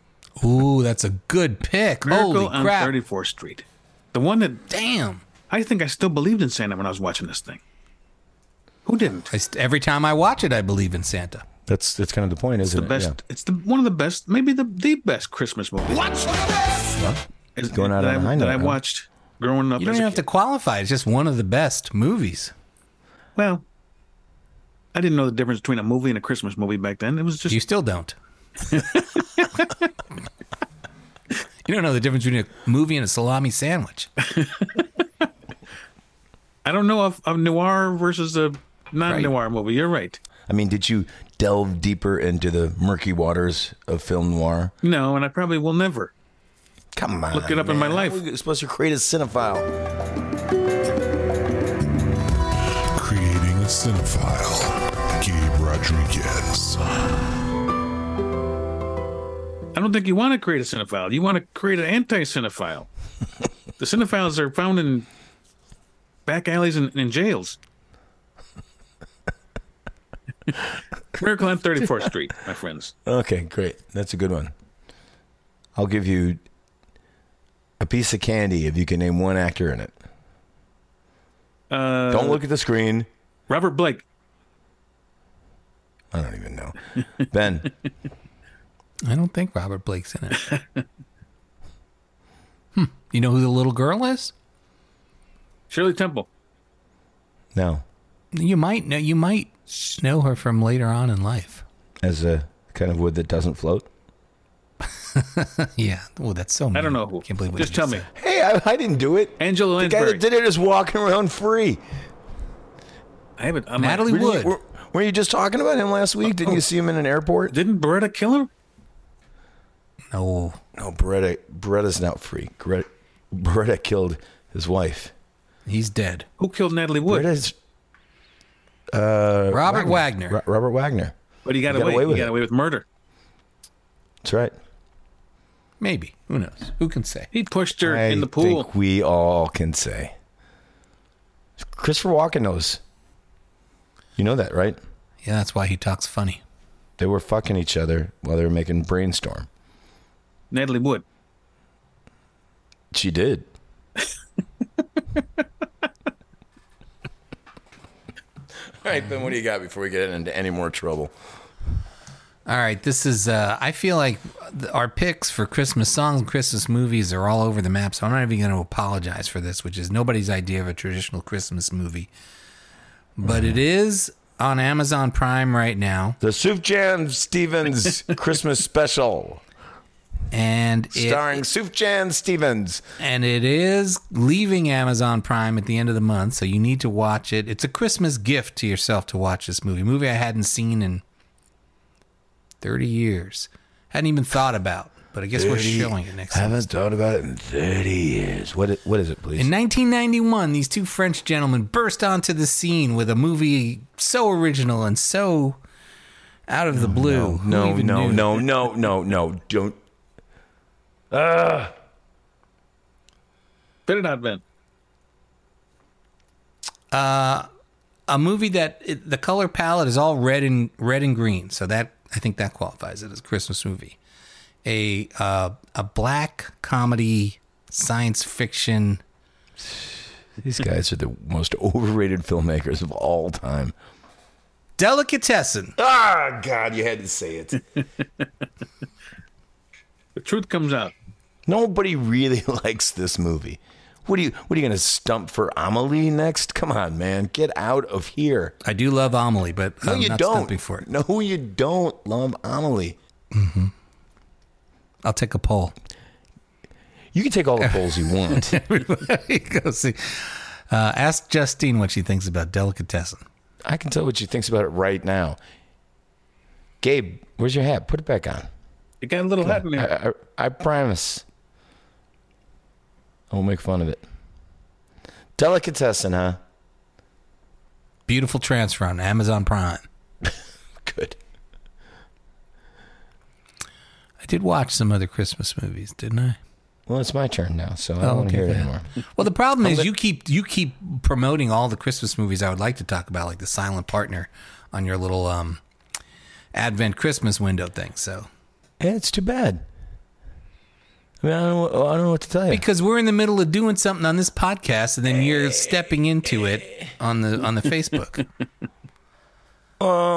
[SPEAKER 6] Ooh, that's a good pick.
[SPEAKER 5] Miracle
[SPEAKER 6] Holy
[SPEAKER 5] on
[SPEAKER 6] crap!
[SPEAKER 5] 34th Street. The one that
[SPEAKER 6] Damn.
[SPEAKER 5] I think I still believed in Santa when I was watching this thing. Who didn't?
[SPEAKER 6] I st- every time I watch it, I believe in Santa.
[SPEAKER 4] That's that's kind of the point, isn't
[SPEAKER 5] the
[SPEAKER 4] it?
[SPEAKER 5] best. It's the one of the best, maybe the the best Christmas movie. What's the best?
[SPEAKER 4] Going out
[SPEAKER 5] that
[SPEAKER 4] on
[SPEAKER 5] I,
[SPEAKER 4] a high
[SPEAKER 5] that
[SPEAKER 4] note,
[SPEAKER 5] I
[SPEAKER 4] huh?
[SPEAKER 5] watched growing up.
[SPEAKER 6] You don't
[SPEAKER 5] as a
[SPEAKER 6] even have to
[SPEAKER 5] kid.
[SPEAKER 6] qualify. It's just one of the best movies.
[SPEAKER 5] Well, I didn't know the difference between a movie and a Christmas movie back then. It was just
[SPEAKER 6] You still don't. you don't know the difference between a movie and a salami sandwich.
[SPEAKER 5] I don't know if a noir versus a non-noir movie. You're right.
[SPEAKER 4] Yeah. I mean, did you delve deeper into the murky waters of film noir?
[SPEAKER 5] No, and I probably will never.
[SPEAKER 4] Come on.
[SPEAKER 5] Look it up in my
[SPEAKER 4] man.
[SPEAKER 5] life.
[SPEAKER 4] How are we supposed to create a cinephile?
[SPEAKER 8] Creating a cinephile. Gabe Rodriguez.
[SPEAKER 5] I don't think you want to create a cinephile. You want to create an anti-cinephile. the cinephiles are found in back alleys and in jails. Miracle on 34th Street, my friends.
[SPEAKER 4] Okay, great. That's a good one. I'll give you a piece of candy if you can name one actor in it.
[SPEAKER 5] Uh,
[SPEAKER 4] Don't look at the screen.
[SPEAKER 5] Robert Blake.
[SPEAKER 4] I don't even know. Ben,
[SPEAKER 6] I don't think Robert Blake's in it. hmm. You know who the little girl is?
[SPEAKER 5] Shirley Temple.
[SPEAKER 4] no.
[SPEAKER 6] You might know. You might know her from later on in life.
[SPEAKER 4] As a kind of wood that doesn't float.
[SPEAKER 6] Yeah. Oh, that's so. Mean.
[SPEAKER 5] I don't know who.
[SPEAKER 6] Can't believe what
[SPEAKER 5] Just
[SPEAKER 6] you
[SPEAKER 5] tell me.
[SPEAKER 6] said.
[SPEAKER 4] Hey, I, I didn't do it.
[SPEAKER 5] Angela
[SPEAKER 4] the guy
[SPEAKER 5] Lansbury.
[SPEAKER 4] that did it is walking around free.
[SPEAKER 5] I haven't. I'm
[SPEAKER 6] Natalie
[SPEAKER 5] Like,
[SPEAKER 4] Were
[SPEAKER 6] Wood.
[SPEAKER 4] You, were, were you just talking about him last week?
[SPEAKER 5] Oh.
[SPEAKER 4] Didn't you see him in an airport?
[SPEAKER 5] didn't Beretta kill him?
[SPEAKER 6] No.
[SPEAKER 4] No, Beretta. Beretta's not free. Greta, Beretta killed his wife.
[SPEAKER 6] He's dead.
[SPEAKER 5] Who killed Natalie Wood?
[SPEAKER 4] Beretta's
[SPEAKER 6] Robert Wagner.
[SPEAKER 4] Ro- Robert Wagner.
[SPEAKER 5] but he got,
[SPEAKER 4] he got
[SPEAKER 5] away.
[SPEAKER 4] away with
[SPEAKER 5] he got
[SPEAKER 4] it.
[SPEAKER 5] away with murder.
[SPEAKER 4] That's right.
[SPEAKER 6] Maybe. Who knows? Who can say?
[SPEAKER 5] He pushed her
[SPEAKER 4] I
[SPEAKER 5] in the pool.
[SPEAKER 4] think we all can say. Christopher Walken knows. You know that, right?
[SPEAKER 6] Yeah, that's why he talks funny.
[SPEAKER 4] They were fucking each other while they were making brainstorm.
[SPEAKER 5] Natalie Wood.
[SPEAKER 4] She did. All right, Ben, what do you got before we get into any more trouble?
[SPEAKER 6] All right, this is. Uh, I feel like th- our picks for Christmas songs and Christmas movies are all over the map, so I'm not even going to apologize for this, which is nobody's idea of a traditional Christmas movie. but it is on Amazon Prime right now,
[SPEAKER 4] The Suf Jan Stevens Christmas special
[SPEAKER 6] and it,
[SPEAKER 4] starring Suf Jan Stevens.
[SPEAKER 6] and it is leaving Amazon Prime at the end of the month, so you need to watch it. It's a Christmas gift to yourself to watch this movie. A movie I hadn't seen in 30 years. Hadn't even thought about, but I guess we're showing it next time.
[SPEAKER 4] thought about it in 30 years. What is, what is it, please?
[SPEAKER 6] In 1991, these two French gentlemen burst onto the scene with a movie so original and so out of the blue. Who
[SPEAKER 4] no,
[SPEAKER 6] even
[SPEAKER 4] no,
[SPEAKER 6] knew?
[SPEAKER 4] no, no, no, no. Don't.
[SPEAKER 5] Spit it out, Ben.
[SPEAKER 6] A movie that it, the color palette is all red and red and green, so that I think that qualifies it as a Christmas movie. A uh, a black comedy science fiction.
[SPEAKER 4] These guys are the most overrated filmmakers of all time.
[SPEAKER 6] Delicatessen.
[SPEAKER 4] Ah, God, you had to say it.
[SPEAKER 5] The truth comes out.
[SPEAKER 4] Nobody really likes this movie. What are you? What are you going to stump for Amelie next? Come on, man, get out of here.
[SPEAKER 6] I do love Amelie, but
[SPEAKER 4] No,
[SPEAKER 6] I'm
[SPEAKER 4] you
[SPEAKER 6] not
[SPEAKER 4] don't.
[SPEAKER 6] stumping for it.
[SPEAKER 4] No, you don't love Amelie.
[SPEAKER 6] I'll take a poll.
[SPEAKER 4] You can take all the polls you want.
[SPEAKER 6] Everybody go see. Uh, ask Justine what she thinks about Delicatessen.
[SPEAKER 4] I can tell what she thinks about it right now. Gabe, where's your hat? Put it back on.
[SPEAKER 5] It got a little hot in there.
[SPEAKER 4] I, I, I promise. I won't make fun of it. Delicatessen, huh?
[SPEAKER 6] Beautiful transfer on Amazon Prime.
[SPEAKER 4] Good.
[SPEAKER 6] I did watch some other Christmas movies, didn't I?
[SPEAKER 4] Well, it's my turn now, so
[SPEAKER 6] Oh,
[SPEAKER 4] I don't want to hear it
[SPEAKER 6] yeah.
[SPEAKER 4] anymore.
[SPEAKER 6] Well, the problem
[SPEAKER 4] Oh,
[SPEAKER 6] is you keep you keep promoting all the Christmas movies I would like to talk about, like the Silent Partner, on your little um, Advent Christmas window thing. So
[SPEAKER 4] Yeah, it's too bad. I mean, I don't, know- I don't know what to tell you.
[SPEAKER 6] because we're in the middle of doing something on this podcast, and then you're stepping into it on the on the Facebook.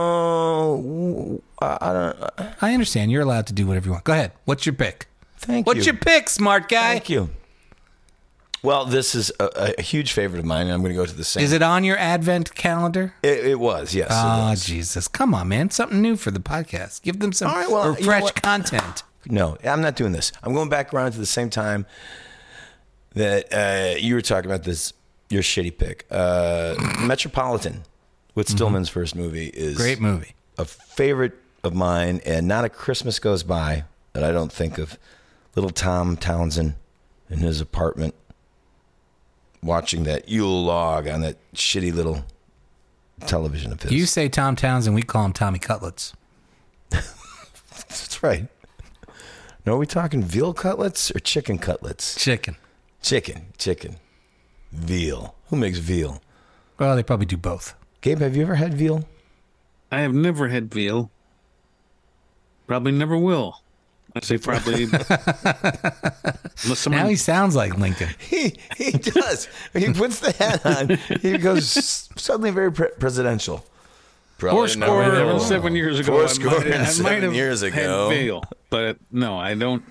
[SPEAKER 4] Oh, I, I don't.
[SPEAKER 6] I understand you're allowed to do whatever you want. Go ahead. What's your pick?
[SPEAKER 4] Thank you.
[SPEAKER 6] What's your pick, smart guy?
[SPEAKER 4] Thank you. Well, this is a, a huge favorite of mine, and I'm going to go to the same.
[SPEAKER 6] Is it on your Advent calendar?
[SPEAKER 4] It, it was, yes. it
[SPEAKER 6] Oh,
[SPEAKER 4] was.
[SPEAKER 6] Jesus. Come on, man. Something new for the podcast. Give them some
[SPEAKER 4] All right, well, you know
[SPEAKER 6] fresh
[SPEAKER 4] what?
[SPEAKER 6] content.
[SPEAKER 4] No, I'm not doing this. I'm going back around to the same time that uh, you were talking about this your shitty pick. Uh, Metropolitan with Stillman's first movie is
[SPEAKER 6] Great movie.
[SPEAKER 4] a favorite of mine, and not a Christmas goes by that I don't think of little Tom Townsend in his apartment watching that Yule log on that shitty little television of his.
[SPEAKER 6] You say Tom Townsend, we call him Tommy Cutlets.
[SPEAKER 4] That's right. Now, are we talking veal cutlets or chicken cutlets?
[SPEAKER 6] Chicken.
[SPEAKER 4] Chicken, chicken, veal. Who makes veal?
[SPEAKER 6] Well, they probably do both.
[SPEAKER 4] Gabe, have you ever had veal?
[SPEAKER 5] I have never had veal. Probably never will. I say probably. Unless someone-
[SPEAKER 6] Now he sounds like Lincoln.
[SPEAKER 4] He he does. he puts the hat on. He goes suddenly very pre- presidential.
[SPEAKER 5] Four
[SPEAKER 4] Probably
[SPEAKER 5] score
[SPEAKER 4] Oh, never
[SPEAKER 5] and
[SPEAKER 4] will.
[SPEAKER 5] seven years ago.
[SPEAKER 4] Four
[SPEAKER 5] I
[SPEAKER 4] score
[SPEAKER 5] might,
[SPEAKER 4] and
[SPEAKER 5] I might
[SPEAKER 4] seven
[SPEAKER 5] have
[SPEAKER 4] years
[SPEAKER 5] had
[SPEAKER 4] ago.
[SPEAKER 5] veal, but no, I don't.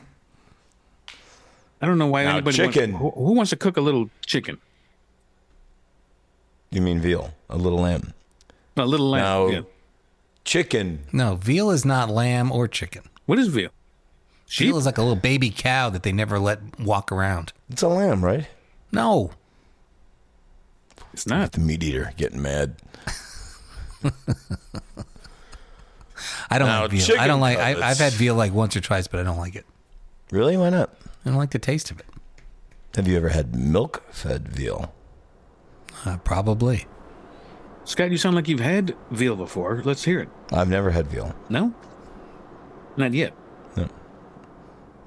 [SPEAKER 5] I don't know why
[SPEAKER 4] Now,
[SPEAKER 5] anybody
[SPEAKER 4] chicken.
[SPEAKER 5] Wants, who, who wants to cook a little chicken,
[SPEAKER 4] You mean veal? A little lamb?
[SPEAKER 5] a little lamb?
[SPEAKER 4] Now-
[SPEAKER 5] yeah.
[SPEAKER 4] Chicken?
[SPEAKER 6] No, veal is not lamb or chicken.
[SPEAKER 5] What is veal? Sheep.
[SPEAKER 6] Veal is like a little baby cow that they never let walk around.
[SPEAKER 4] It's a lamb, right?
[SPEAKER 6] No.
[SPEAKER 5] It's not.
[SPEAKER 4] The meat eater getting mad.
[SPEAKER 6] I don't
[SPEAKER 4] Now,
[SPEAKER 6] like veal. I
[SPEAKER 4] chicken
[SPEAKER 6] don't like
[SPEAKER 4] cutlets.
[SPEAKER 6] I, I've had veal like once or twice, but I don't like it.
[SPEAKER 4] Really? Why not?
[SPEAKER 6] I don't like the taste of it.
[SPEAKER 4] Have you ever had milk-fed veal?
[SPEAKER 6] Uh, probably.
[SPEAKER 5] Scott, you sound like you've had veal before. Let's hear it.
[SPEAKER 4] I've never had veal.
[SPEAKER 5] No, not yet.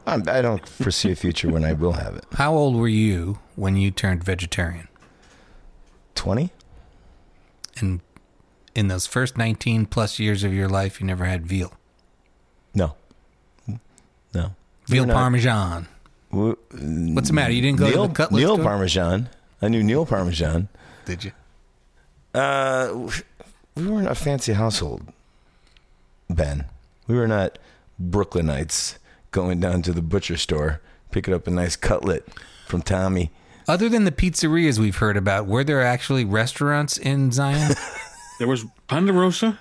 [SPEAKER 4] I'm, I don't foresee a future when I will have it.
[SPEAKER 6] How old were you when you turned vegetarian?
[SPEAKER 4] Twenty?
[SPEAKER 6] And in those first 19 plus years of your life, you never had veal.
[SPEAKER 4] No. No.
[SPEAKER 6] Veal
[SPEAKER 4] You're not-
[SPEAKER 6] parmesan.
[SPEAKER 4] W-
[SPEAKER 6] What's the matter? You didn't go
[SPEAKER 4] Neil,
[SPEAKER 6] to the cutlet
[SPEAKER 4] Neil
[SPEAKER 6] store?
[SPEAKER 4] Parmesan. I knew Neil Parmesan.
[SPEAKER 6] Did you?
[SPEAKER 4] Uh, we weren't a fancy household, Ben. We were not Brooklynites going down to the butcher store, picking up a nice cutlet from Tommy.
[SPEAKER 6] Other than the pizzerias we've heard about, were there actually restaurants in Zion?
[SPEAKER 5] There was Ponderosa.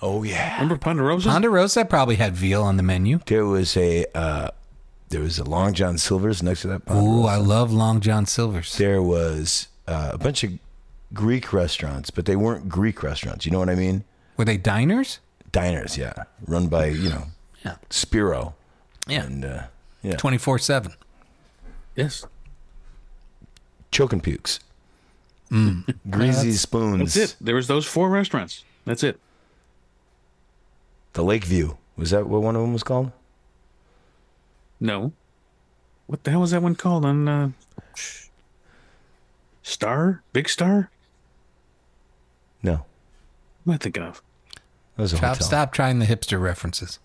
[SPEAKER 4] Oh yeah.
[SPEAKER 5] Remember Ponderosa?
[SPEAKER 6] Ponderosa probably had veal on the menu.
[SPEAKER 4] There was a uh, there was a Long John Silver's next to that.
[SPEAKER 6] Ooh,
[SPEAKER 4] Ponderosa.
[SPEAKER 6] I love Long John Silver's.
[SPEAKER 4] There was uh, a bunch of Greek restaurants, but they weren't Greek restaurants. You know what I mean?
[SPEAKER 6] Were they diners?
[SPEAKER 4] Diners, yeah, run by you know
[SPEAKER 6] Yeah.
[SPEAKER 4] Spiro
[SPEAKER 6] Yeah.
[SPEAKER 4] and uh, yeah,
[SPEAKER 6] 24 7.
[SPEAKER 5] yes.
[SPEAKER 4] choking pukes, greasy spoons.
[SPEAKER 5] That's it. There was those four restaurants. That's it.
[SPEAKER 4] The Lakeview was that what one of them was called?
[SPEAKER 5] No. What the hell was that one called? On uh, sh- Star, Big Star.
[SPEAKER 4] No,
[SPEAKER 5] What am I thinking of?
[SPEAKER 4] that was a
[SPEAKER 6] Stop,
[SPEAKER 4] hotel.
[SPEAKER 6] stop trying the hipster references.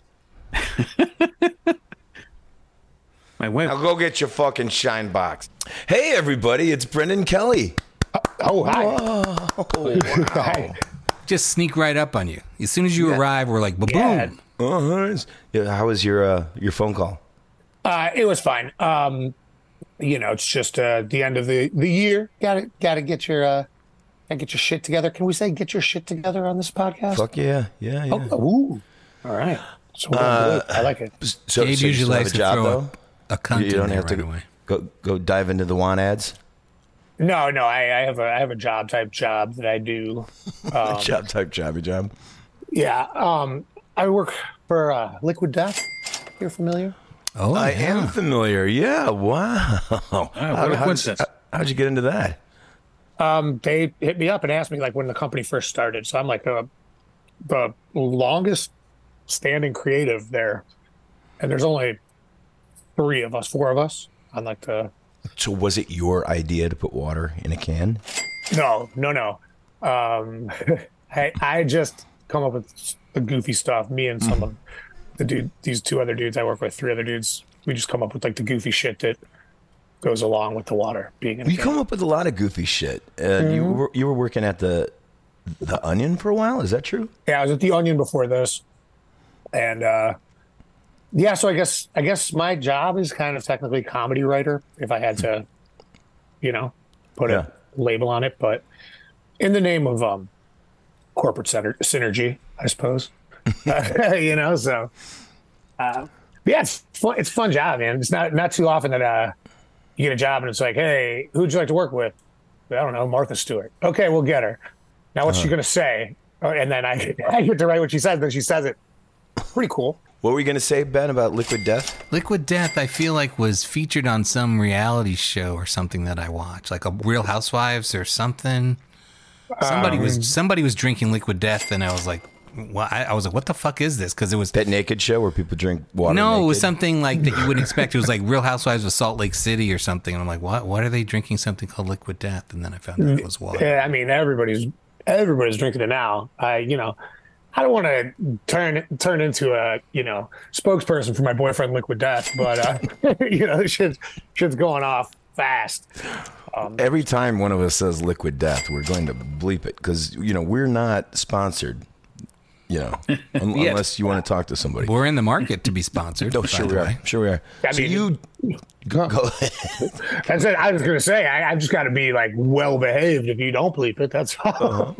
[SPEAKER 5] My wife.
[SPEAKER 4] Now go get your fucking shine box. Hey everybody, it's Brendan Kelly.
[SPEAKER 7] Oh, hi.
[SPEAKER 6] Just sneak right up on you. As soon as you arrive, we're like, ba boom.
[SPEAKER 4] Uh-huh. Yeah, how was your uh, your phone call?
[SPEAKER 11] Uh, it was fine. Um, you know, it's just uh, the end of the, the year. Got to got to get your uh, gotta get your shit together. Can we say get your shit together on this podcast?
[SPEAKER 4] Fuck yeah, yeah, yeah.
[SPEAKER 11] Oh, ooh. All right. Uh, So we're gonna do it. I like it.
[SPEAKER 4] So,
[SPEAKER 6] Gabe
[SPEAKER 4] so you still
[SPEAKER 6] usually
[SPEAKER 4] have
[SPEAKER 6] likes
[SPEAKER 4] a
[SPEAKER 6] to
[SPEAKER 4] job,
[SPEAKER 6] throw
[SPEAKER 4] though?
[SPEAKER 6] a, a cunt
[SPEAKER 4] You don't
[SPEAKER 6] in there
[SPEAKER 4] have to
[SPEAKER 6] right away.
[SPEAKER 4] go go dive into the want ads.
[SPEAKER 11] No, no, I, I have a I have a job type job that I do.
[SPEAKER 4] job type jobby job.
[SPEAKER 11] Yeah. Um, I work for uh, Liquid Death. You're familiar?
[SPEAKER 6] Oh,
[SPEAKER 4] I
[SPEAKER 6] yeah.
[SPEAKER 4] am familiar. Yeah. Wow.
[SPEAKER 5] what a coincidence.
[SPEAKER 4] how'd you get into that?
[SPEAKER 11] Um, they hit me up and asked me like when the company first started. So I'm like uh, the longest standing creative there, and there's only three of us, four of us. I'm like the
[SPEAKER 4] So was it your idea to put water in a can?
[SPEAKER 11] no, no, no. Um, I I just come up with the goofy stuff. Me and some of the dude, these two other dudes I work with, three other dudes, we just come up with like the goofy shit that goes along with the water being in. a
[SPEAKER 4] You
[SPEAKER 11] can.
[SPEAKER 4] come up with a lot of goofy shit. Uh, You were you were working at the the Onion for a while. Is that true?
[SPEAKER 11] yeah, I was at the Onion before this, and uh, yeah, so I guess I guess my job is kind of technically comedy writer if I had to, you know, put
[SPEAKER 4] Yeah.
[SPEAKER 11] a label on it, but in the name of um, corporate center, synergy, I suppose, you know. So uh, yeah, it's fun. It's a fun job, man. It's not not too often that uh, you get a job and it's like, hey, who'd you like to work with? I don't know, Martha Stewart. Okay, we'll get her. Now what's she gonna say? Oh, And then I, I get to write what she says. Then she says it. Pretty cool.
[SPEAKER 4] What were you gonna say, Ben, about liquid death?
[SPEAKER 6] Liquid Death, I feel like, was featured on some reality show or something that I watched, like a Real Housewives or something. Somebody was somebody was drinking Liquid Death, and I was like, well, I, I was like, what the fuck is this? Because it was
[SPEAKER 4] That naked show where people drink water.
[SPEAKER 6] no, it was
[SPEAKER 4] naked?
[SPEAKER 6] something like that you wouldn't expect. It was like Real Housewives of Salt Lake City or something. And I'm like, what? What are they drinking something called Liquid Death? And then I found out it was water.
[SPEAKER 11] Yeah, I mean everybody's everybody's drinking it now. I you know, I don't want to turn turn into a you know spokesperson for my boyfriend Liquid Death, but uh, you know shit's shit's going off fast.
[SPEAKER 4] Every time one of us says liquid death, we're going to bleep it because you know we're not sponsored. You know, un- unless you want to talk to somebody.
[SPEAKER 6] We're in the market to be sponsored.
[SPEAKER 4] No,
[SPEAKER 6] by
[SPEAKER 4] Oh, sure
[SPEAKER 6] the
[SPEAKER 4] we
[SPEAKER 6] way.
[SPEAKER 4] are. Sure we are.
[SPEAKER 11] I
[SPEAKER 4] so
[SPEAKER 11] mean-
[SPEAKER 4] you go, go ahead.
[SPEAKER 11] That's it. I was gonna say I, I've just got to be like well behaved. If you don't believe it, that's all.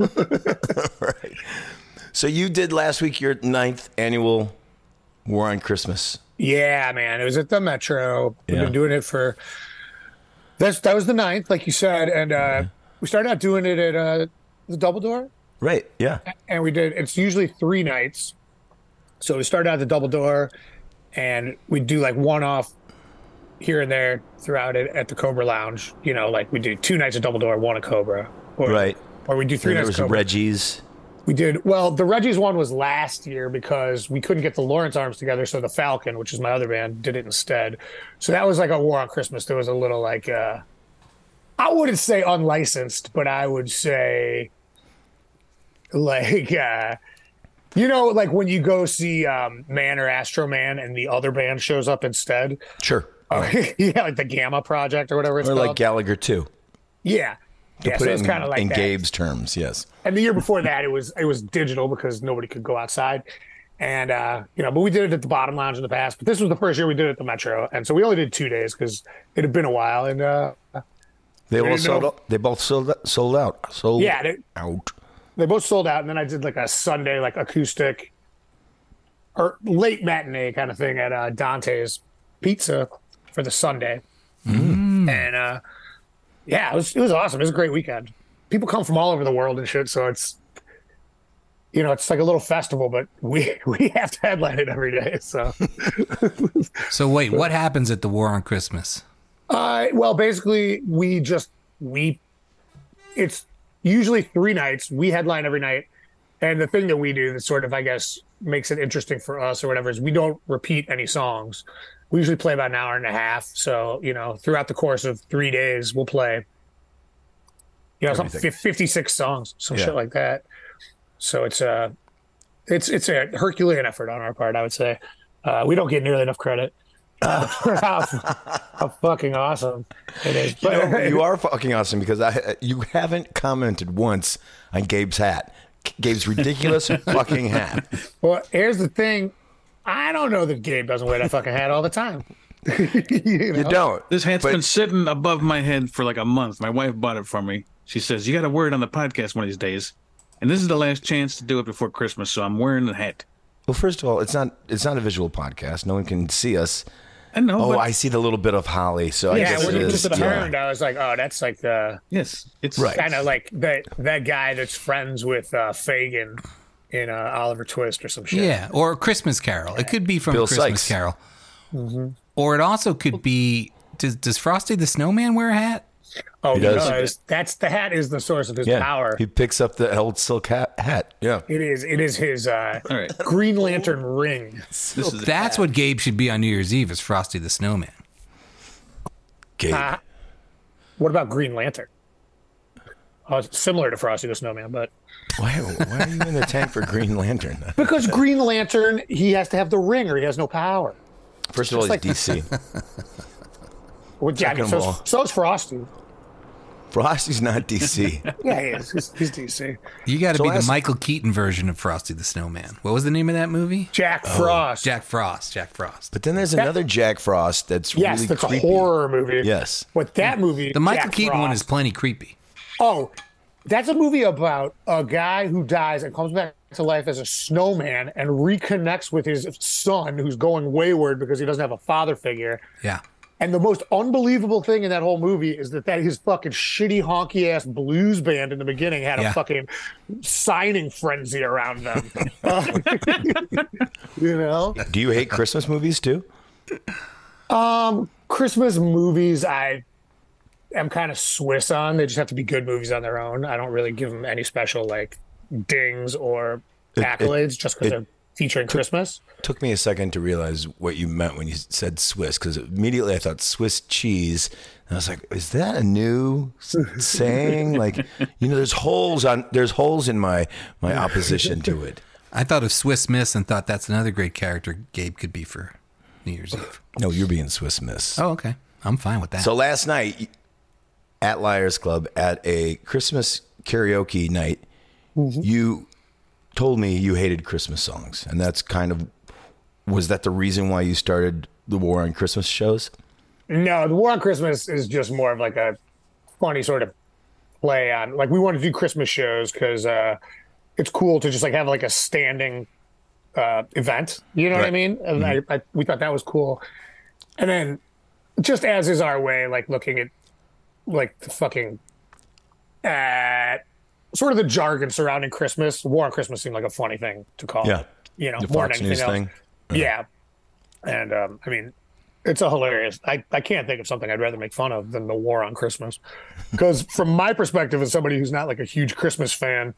[SPEAKER 4] So you did last week your ninth annual War on Christmas.
[SPEAKER 11] Yeah, man. It was at the Metro. We've
[SPEAKER 4] Yeah.
[SPEAKER 11] been doing it for that's that was the ninth, like you said, and uh we started out doing it at uh the Double Door
[SPEAKER 4] Right. Yeah.
[SPEAKER 11] and we did it's usually three nights. So we started out at the Double Door and we do like one off here and there throughout it at the Cobra Lounge. You know, like we do two nights at Double Door, one at Cobra. Or,
[SPEAKER 4] Right.
[SPEAKER 11] Or we do three
[SPEAKER 4] Then there
[SPEAKER 11] nights at
[SPEAKER 4] was
[SPEAKER 11] Cobra.
[SPEAKER 4] Reggie's.
[SPEAKER 11] We did well. The Reggie's one was last year because we couldn't get the Lawrence Arms together, so the Falcon, which is my other band, did it instead. So that was like a war on Christmas. There was a little like uh, I wouldn't say unlicensed, but I would say like uh, you know, like when you go see um, Man or Astro Man, and the other band shows up instead.
[SPEAKER 4] Sure.
[SPEAKER 11] yeah, like the Gamma Project or whatever it's
[SPEAKER 4] Or
[SPEAKER 11] called.
[SPEAKER 4] like Gallagher too.
[SPEAKER 11] yeah, yeah. So
[SPEAKER 4] it
[SPEAKER 11] it's
[SPEAKER 4] in,
[SPEAKER 11] kind of like
[SPEAKER 4] in
[SPEAKER 11] that
[SPEAKER 4] Gabe's terms. Yes.
[SPEAKER 11] and the year before that it was it was digital because nobody could go outside And uh, you know, but we did it at the Bottom Lounge in the past. But this was the first year we did it at the Metro, and so we only did two days because it had been a while. And uh,
[SPEAKER 4] They
[SPEAKER 11] we
[SPEAKER 4] all
[SPEAKER 11] didn't
[SPEAKER 4] sold.
[SPEAKER 11] know-
[SPEAKER 4] out- They both sold out- sold out. Sold
[SPEAKER 11] Yeah, they-
[SPEAKER 4] out.
[SPEAKER 11] they both sold out and then i did like a sunday like acoustic or late matinee kind of thing at uh, dante's pizza for the sunday and uh yeah it was, it was awesome it was a great weekend people come from all over the world and shit so it's you know it's like a little festival but we we have to headline it every day so
[SPEAKER 6] So wait, what happens at the War on Christmas?
[SPEAKER 11] Uh, well, basically, we just we it's usually three nights. We headline every night, and the thing that we do that sort of I guess makes it interesting for us or whatever is we don't repeat any songs. We usually play about an hour and a half. So you know, throughout the course of three days, we'll play you know some
[SPEAKER 12] Everything.
[SPEAKER 11] fifty six songs, some
[SPEAKER 12] Yeah.
[SPEAKER 11] shit like that. So it's a it's it's a Herculean effort on our part, I would say. Uh, we don't get nearly enough credit uh, for how, how fucking awesome it is.
[SPEAKER 4] You,
[SPEAKER 11] But-
[SPEAKER 4] know, you are fucking awesome because I you haven't commented once on Gabe's hat. Gabe's ridiculous fucking hat.
[SPEAKER 11] Well, here's the thing. I don't know that Gabe doesn't wear that fucking hat all the time. you, know?
[SPEAKER 5] This hat's been sitting above my head for like a month. My wife bought it for me. She says, You got to wear it on the podcast one of these days. And this is the last chance to do it before Christmas. So I'm wearing the hat.
[SPEAKER 4] Well, first of all, it's not it's not a visual podcast. No one can see us.
[SPEAKER 5] I know.
[SPEAKER 4] Oh,
[SPEAKER 5] but-
[SPEAKER 4] I see the little bit of holly. So I
[SPEAKER 11] yeah,
[SPEAKER 4] guess
[SPEAKER 11] when
[SPEAKER 4] it
[SPEAKER 11] you
[SPEAKER 4] is.
[SPEAKER 11] just
[SPEAKER 4] yeah.
[SPEAKER 11] turned, I was like, oh, that's like the
[SPEAKER 5] yes, it's
[SPEAKER 4] Right.
[SPEAKER 11] kind of like that that guy that's friends with uh, Fagin in uh, Oliver Twist or some shit.
[SPEAKER 6] Yeah, or a Christmas Carol. It could be from
[SPEAKER 11] Bill
[SPEAKER 6] a Christmas
[SPEAKER 11] Sykes.
[SPEAKER 6] Carol,
[SPEAKER 11] Mm-hmm.
[SPEAKER 6] or it also could be. Does, does Frosty the Snowman wear a hat?
[SPEAKER 11] Oh,
[SPEAKER 4] He
[SPEAKER 11] he
[SPEAKER 4] does.
[SPEAKER 11] does. That's the hat is the source of his
[SPEAKER 4] Yeah.
[SPEAKER 11] power.
[SPEAKER 4] He picks up the old silk hat. hat. Yeah.
[SPEAKER 11] It is. It is his uh,
[SPEAKER 5] All right.
[SPEAKER 11] Green Lantern ring.
[SPEAKER 6] That's what Gabe should be on New Year's Eve. Is Frosty the Snowman?
[SPEAKER 4] Gabe.
[SPEAKER 11] Uh, what about Green Lantern? Oh, it's similar to Frosty the Snowman, but
[SPEAKER 4] Why, why are you in the tank for Green Lantern?
[SPEAKER 11] because Green Lantern, he has to have the ring or he has no power.
[SPEAKER 4] First of all,
[SPEAKER 11] Just
[SPEAKER 4] he's
[SPEAKER 11] like-
[SPEAKER 4] DC.
[SPEAKER 11] Well, yeah, I mean,
[SPEAKER 4] Second
[SPEAKER 11] so,
[SPEAKER 4] of
[SPEAKER 11] is, so is Frosty.
[SPEAKER 4] Frosty's not DC.
[SPEAKER 11] Yeah, he is. He's, he's DC.
[SPEAKER 6] You got to
[SPEAKER 11] So
[SPEAKER 6] be the
[SPEAKER 11] last-
[SPEAKER 6] Michael Keaton version of Frosty the Snowman. What was the name of that movie?
[SPEAKER 11] Jack Frost.
[SPEAKER 6] Oh, Jack Frost. Jack Frost.
[SPEAKER 4] But then there's
[SPEAKER 6] That-
[SPEAKER 4] another Jack Frost that's
[SPEAKER 11] Yes,
[SPEAKER 4] really
[SPEAKER 11] that's a
[SPEAKER 4] creepy.
[SPEAKER 11] horror movie.
[SPEAKER 4] Yes.
[SPEAKER 11] But that movie,
[SPEAKER 6] Mm. The Michael
[SPEAKER 11] Jack
[SPEAKER 6] Keaton one
[SPEAKER 11] Frost-
[SPEAKER 6] is plenty creepy.
[SPEAKER 11] Oh, that's a movie about a guy who dies and comes back to life as a snowman and reconnects with his son who's going wayward because he doesn't have a father figure.
[SPEAKER 6] Yeah.
[SPEAKER 11] And the most unbelievable thing in that whole movie is that, that his fucking shitty honky ass blues band in the beginning had
[SPEAKER 6] Yeah.
[SPEAKER 11] a fucking signing frenzy around them. Uh, you know?
[SPEAKER 4] Do you hate Christmas movies too?
[SPEAKER 11] Um, Christmas movies, I am kind of Swiss on. They just have to be good movies on their own. I don't really give them any special like dings or
[SPEAKER 4] It- it-
[SPEAKER 11] accolades just because
[SPEAKER 4] it-
[SPEAKER 11] they're featuring Christmas.
[SPEAKER 4] Took me a second to realize what you meant when you said Swiss, because immediately I thought Swiss cheese. And I was like, is that a new s- saying? Like, you know, there's holes on there's holes in my my opposition to it.
[SPEAKER 6] I thought of Swiss Miss and thought that's another great character Gabe could be for New Year's Eve.
[SPEAKER 4] No, you're being Swiss miss.
[SPEAKER 6] Oh, okay. I'm fine with that.
[SPEAKER 4] So last night at Liars Club at a Christmas karaoke night, you told me you hated Christmas songs, and that's kind of was that the reason why you started the war on Christmas shows?
[SPEAKER 11] No, the War on Christmas is just more of like a funny sort of play on. Like we want to do Christmas shows because uh, it's cool to just like have like a standing uh, event. You know what I
[SPEAKER 12] Right.
[SPEAKER 11] mean? And
[SPEAKER 4] Mm-hmm.
[SPEAKER 11] I, I, we thought that was cool. And then, just as is our way, like looking at like the fucking uh, sort of the jargon surrounding Christmas. War on Christmas seemed like a funny thing to call.
[SPEAKER 4] Yeah.
[SPEAKER 11] it, you know,
[SPEAKER 4] The
[SPEAKER 11] more
[SPEAKER 4] Fox
[SPEAKER 11] than anything
[SPEAKER 4] News
[SPEAKER 11] else.
[SPEAKER 4] thing.
[SPEAKER 11] Yeah. And um, I mean, it's a hilarious. I, I can't think of something I'd rather make fun of than the war on Christmas. Because from my perspective, as somebody who's not like a huge Christmas fan,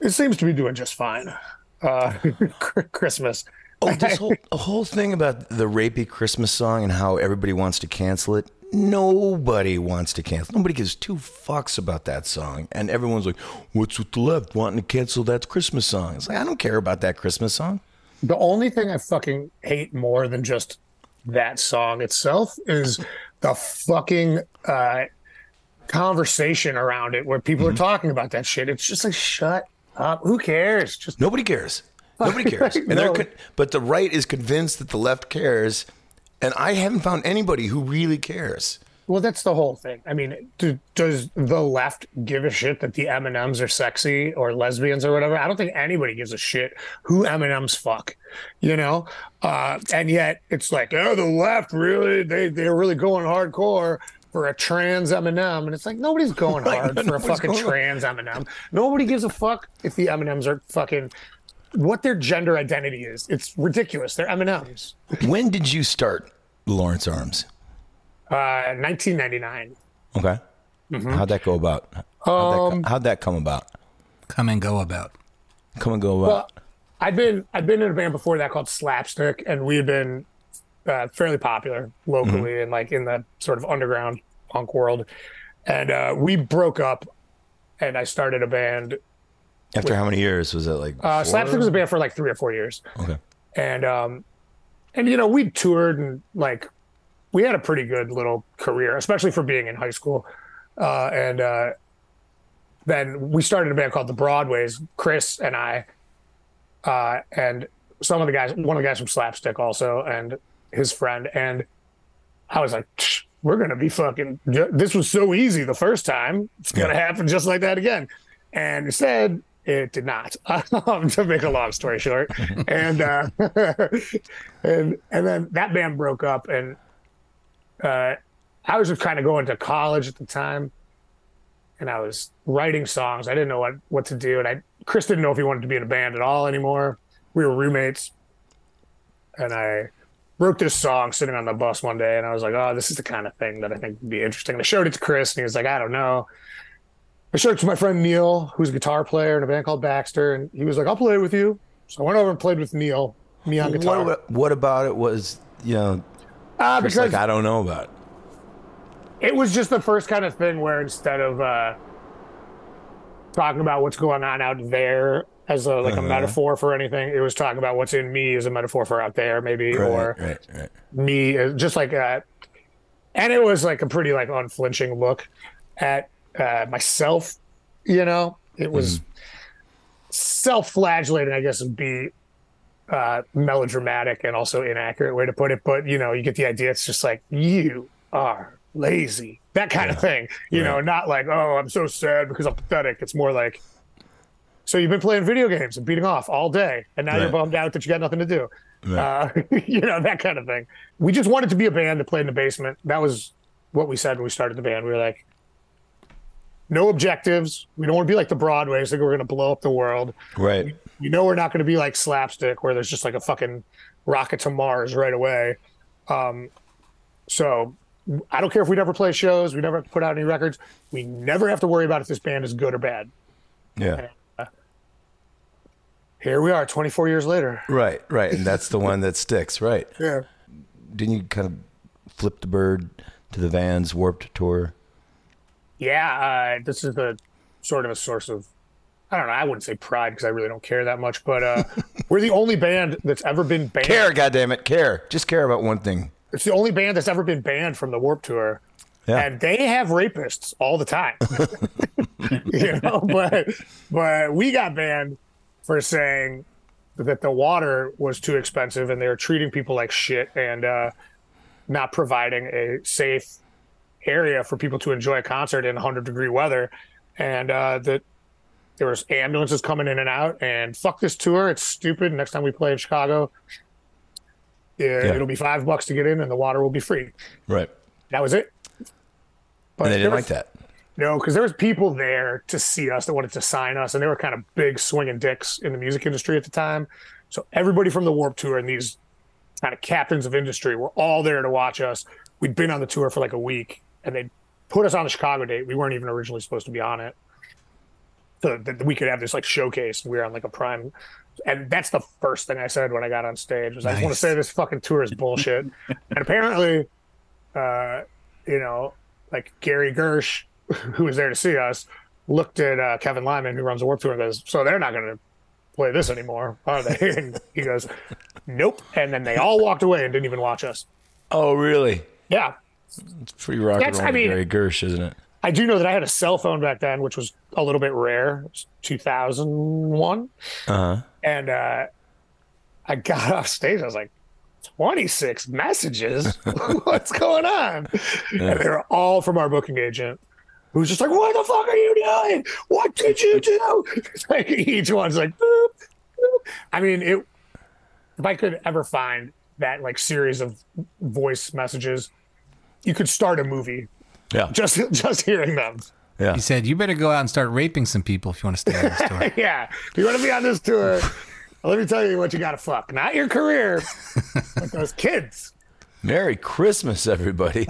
[SPEAKER 11] it seems to be doing just fine. Uh, Christmas.
[SPEAKER 4] Oh, this whole the whole thing about the rapey Christmas song and how everybody wants to cancel it. Nobody wants to cancel. Nobody gives two fucks about that song, and everyone's like, "What's with the left wanting to cancel that Christmas song?" It's like I don't care about that Christmas song.
[SPEAKER 11] The only thing I fucking hate more than just that song itself is the fucking uh, conversation
[SPEAKER 4] Mm-hmm.
[SPEAKER 11] around it where people are talking about that shit. It's just like, shut up. Who cares? Just
[SPEAKER 4] Nobody cares. Nobody cares. And they're
[SPEAKER 11] No.
[SPEAKER 4] con- but the right is convinced that the left cares, and I haven't found anybody who really cares.
[SPEAKER 11] Well, that's the whole thing. I mean, do, does the left give a shit that the M and M's are sexy or lesbians or whatever? I don't think anybody gives a shit who M and M's fuck, you know. Uh, and yet, it's like, oh, the left really they they're really going hardcore for a trans M and m and it's like nobody's going
[SPEAKER 12] Right,
[SPEAKER 11] hard for a
[SPEAKER 12] nobody's
[SPEAKER 11] fucking
[SPEAKER 12] going-
[SPEAKER 11] trans M and m Nobody gives a fuck if the M and M's are fucking what their gender identity is. It's ridiculous. They're M and M's.
[SPEAKER 4] When did you start Lawrence Arms?
[SPEAKER 11] Uh, 1999.
[SPEAKER 4] Okay.
[SPEAKER 11] Mhm.
[SPEAKER 4] How'd that go about?
[SPEAKER 11] Um,
[SPEAKER 4] How'd, that, co- how'd that come about?
[SPEAKER 6] Come and go about.
[SPEAKER 4] Come and go about.
[SPEAKER 11] Well, I've been I've been in a band before that called Slapstick, and we had been uh, fairly popular locally and like in the sort of underground punk world. And uh, we broke up, and I started a band.
[SPEAKER 4] After how many years was it like?
[SPEAKER 11] Uh,
[SPEAKER 4] four?
[SPEAKER 11] Slapstick was a band for like three or four years,
[SPEAKER 4] Okay.
[SPEAKER 11] and um, and you know we toured and like we had a pretty good little career, especially for being in high school. Uh, and uh, then we started a band called the Broadways, Chris and I, uh, and some of the guys, one of the guys from Slapstick also, and his friend. And I was like, "Psh, we're going to be fucking, this was so easy the first time. It's going to happen just like that again. And instead, it did not. Um, to make a long story short, and uh, and and then that band broke up, and uh, I was just kind of going to college at the time, and I was writing songs. I didn't know what what to do, and I Chris didn't know if he wanted to be in a band at all anymore. We were roommates, and I wrote this song sitting on the bus one day, and I was like, "Oh, this is the kind of thing that I think would be interesting." And I showed it to Chris, and he was like, "I don't know." I showed it to my friend Neil, who's a guitar player in a band called Baxter, and he was like, "I'll play with you." So I went over and played with Neil, me on guitar.
[SPEAKER 4] What, what about it was you know?
[SPEAKER 11] Uh,
[SPEAKER 4] Chris,
[SPEAKER 11] because-
[SPEAKER 4] like I don't know about.
[SPEAKER 11] it was just the first kind of thing where instead of uh talking about what's going on out there as a like
[SPEAKER 4] Uh-huh.
[SPEAKER 11] a metaphor for anything it was talking about what's in me as a metaphor for out there maybe
[SPEAKER 4] Right,
[SPEAKER 11] or
[SPEAKER 4] right, right.
[SPEAKER 11] me uh, just like uh and it was like a pretty like unflinching look at uh myself you know it was self-flagellating i guess would be uh melodramatic and also inaccurate way to put it but you know you get the idea it's just like you are lazy that kind of thing you know not like oh i'm so sad because i'm pathetic it's more like so you've been playing video games and beating off all day and now you're
[SPEAKER 12] Right.
[SPEAKER 11] bummed out that you got nothing to do
[SPEAKER 12] Right.
[SPEAKER 11] uh, you know that kind of thing we just wanted to be a band that played in the basement that was what we said when we started the band we were like no objectives we don't want to be like the broadways think we're going to blow up the world
[SPEAKER 4] Right.
[SPEAKER 11] you know we're not going to be like slapstick where there's just like a fucking rocket to mars right away um so i don't care if we never play shows we never have to put out any records we never have to worry about if this band is good or bad
[SPEAKER 4] Yeah.
[SPEAKER 11] here we are 24 years later
[SPEAKER 4] Right. Right. And that's the one that sticks. Right.
[SPEAKER 11] yeah
[SPEAKER 4] Didn't you kind of flip the bird to the Vans Warped Tour?
[SPEAKER 11] yeah uh, this is the sort of a source of i don't know i wouldn't say pride because i really don't care that much but uh, we're the only band that's ever been banned
[SPEAKER 4] Care, goddamn it, care. Just care about one thing.
[SPEAKER 11] it's the only band that's ever been banned from the warp tour
[SPEAKER 4] Yeah.
[SPEAKER 11] and they have rapists all the time you know but but we got banned for saying that the water was too expensive and they were treating people like shit and uh not providing a safe area for people to enjoy a concert in 100 degree weather and uh that there was ambulances coming in and out and fuck this tour it's stupid next time we play in chicago yeah,
[SPEAKER 4] Yeah.
[SPEAKER 11] it'll be five bucks to get in and the water will be free
[SPEAKER 4] Right.
[SPEAKER 11] that was it But
[SPEAKER 4] and they didn't
[SPEAKER 11] there
[SPEAKER 4] like
[SPEAKER 11] was-
[SPEAKER 4] that.
[SPEAKER 11] no, because there was people there to see us that wanted to sign us, and they were kind of big swinging dicks in the music industry at the time. So everybody from the Warp Tour and these kind of captains of industry were all there to watch us. We'd been on the tour for like a week, and they put us on the Chicago date. We weren't even originally supposed to be on it, so that we could have this like showcase. We were on like a prime, and that's the first thing I said when I got on stage was I just want
[SPEAKER 12] Nice.
[SPEAKER 11] to say this fucking tour is bullshit. and apparently, uh, you know, like Gary Gersh, who was there to see us, looked at uh, Kevin Lyman, who runs the Warp Tour, and goes, "So they're not going to play this anymore, are they?" And he goes, "Nope." And then they all walked away and didn't even watch us.
[SPEAKER 4] Oh, really?
[SPEAKER 11] Yeah,
[SPEAKER 4] It's pretty rock
[SPEAKER 11] That's-
[SPEAKER 4] and roll
[SPEAKER 11] I mean-
[SPEAKER 4] Gary Gersh, isn't it?
[SPEAKER 11] I do know that I had a cell phone back then, which was a little bit rare. It was 2001,
[SPEAKER 4] Uh huh.
[SPEAKER 11] and uh, I got off stage. I was like, 26 messages? What's going on? And they were all from our booking agent who's just like, What the fuck are you doing? What did you do? It's like, each one's like, boop, boop. I mean, it, if I could ever find that like series of voice messages, you could start a movie
[SPEAKER 4] Yeah.
[SPEAKER 11] just just hearing them.
[SPEAKER 4] Yeah.
[SPEAKER 6] He said, "You better go out and start raping some people if you want to stay on this tour."
[SPEAKER 11] yeah. If you want to be on this tour, let me tell you what you got to fuck. Not your career, but those kids.
[SPEAKER 4] Merry Christmas, everybody.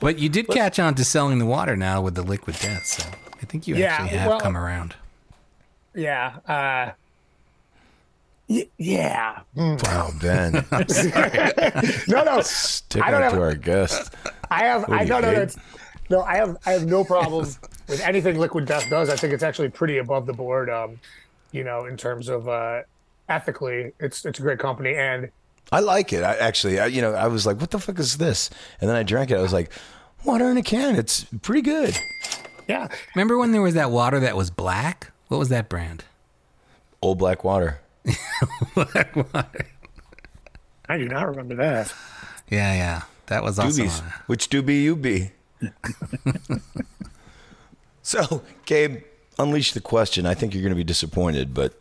[SPEAKER 6] but you did catch on to selling the water now with the liquid death, so I think you
[SPEAKER 11] Yeah,
[SPEAKER 6] actually have
[SPEAKER 11] well-
[SPEAKER 6] come around.
[SPEAKER 11] Yeah. Uh, y- yeah. Mm.
[SPEAKER 4] Wow, Ben.
[SPEAKER 11] No, no.
[SPEAKER 4] Sticking
[SPEAKER 11] I don't
[SPEAKER 4] up
[SPEAKER 11] have-
[SPEAKER 4] to our guest.
[SPEAKER 11] I have.
[SPEAKER 4] What
[SPEAKER 11] I
[SPEAKER 4] do
[SPEAKER 11] no,
[SPEAKER 4] you
[SPEAKER 11] no, no,
[SPEAKER 4] think?
[SPEAKER 11] it's, no. I have. I have no problem with anything Liquid Death does. I think it's actually pretty above the board. Um, you know, in terms of uh, ethically, it's it's a great company, and
[SPEAKER 4] I like it. I actually, I, you know, I was like, "What the fuck is this?" And then I drank it. I was like, "Water in a can. It's pretty good."
[SPEAKER 11] yeah,
[SPEAKER 6] Remember when there was that water that was black? What was that brand?
[SPEAKER 4] Old black water.
[SPEAKER 6] black water.
[SPEAKER 11] I do not remember that.
[SPEAKER 6] Yeah, yeah, that was awesome.
[SPEAKER 4] Doobies. Which doobie you be? so, Gabe, unleash the question. I think you're going to be disappointed, but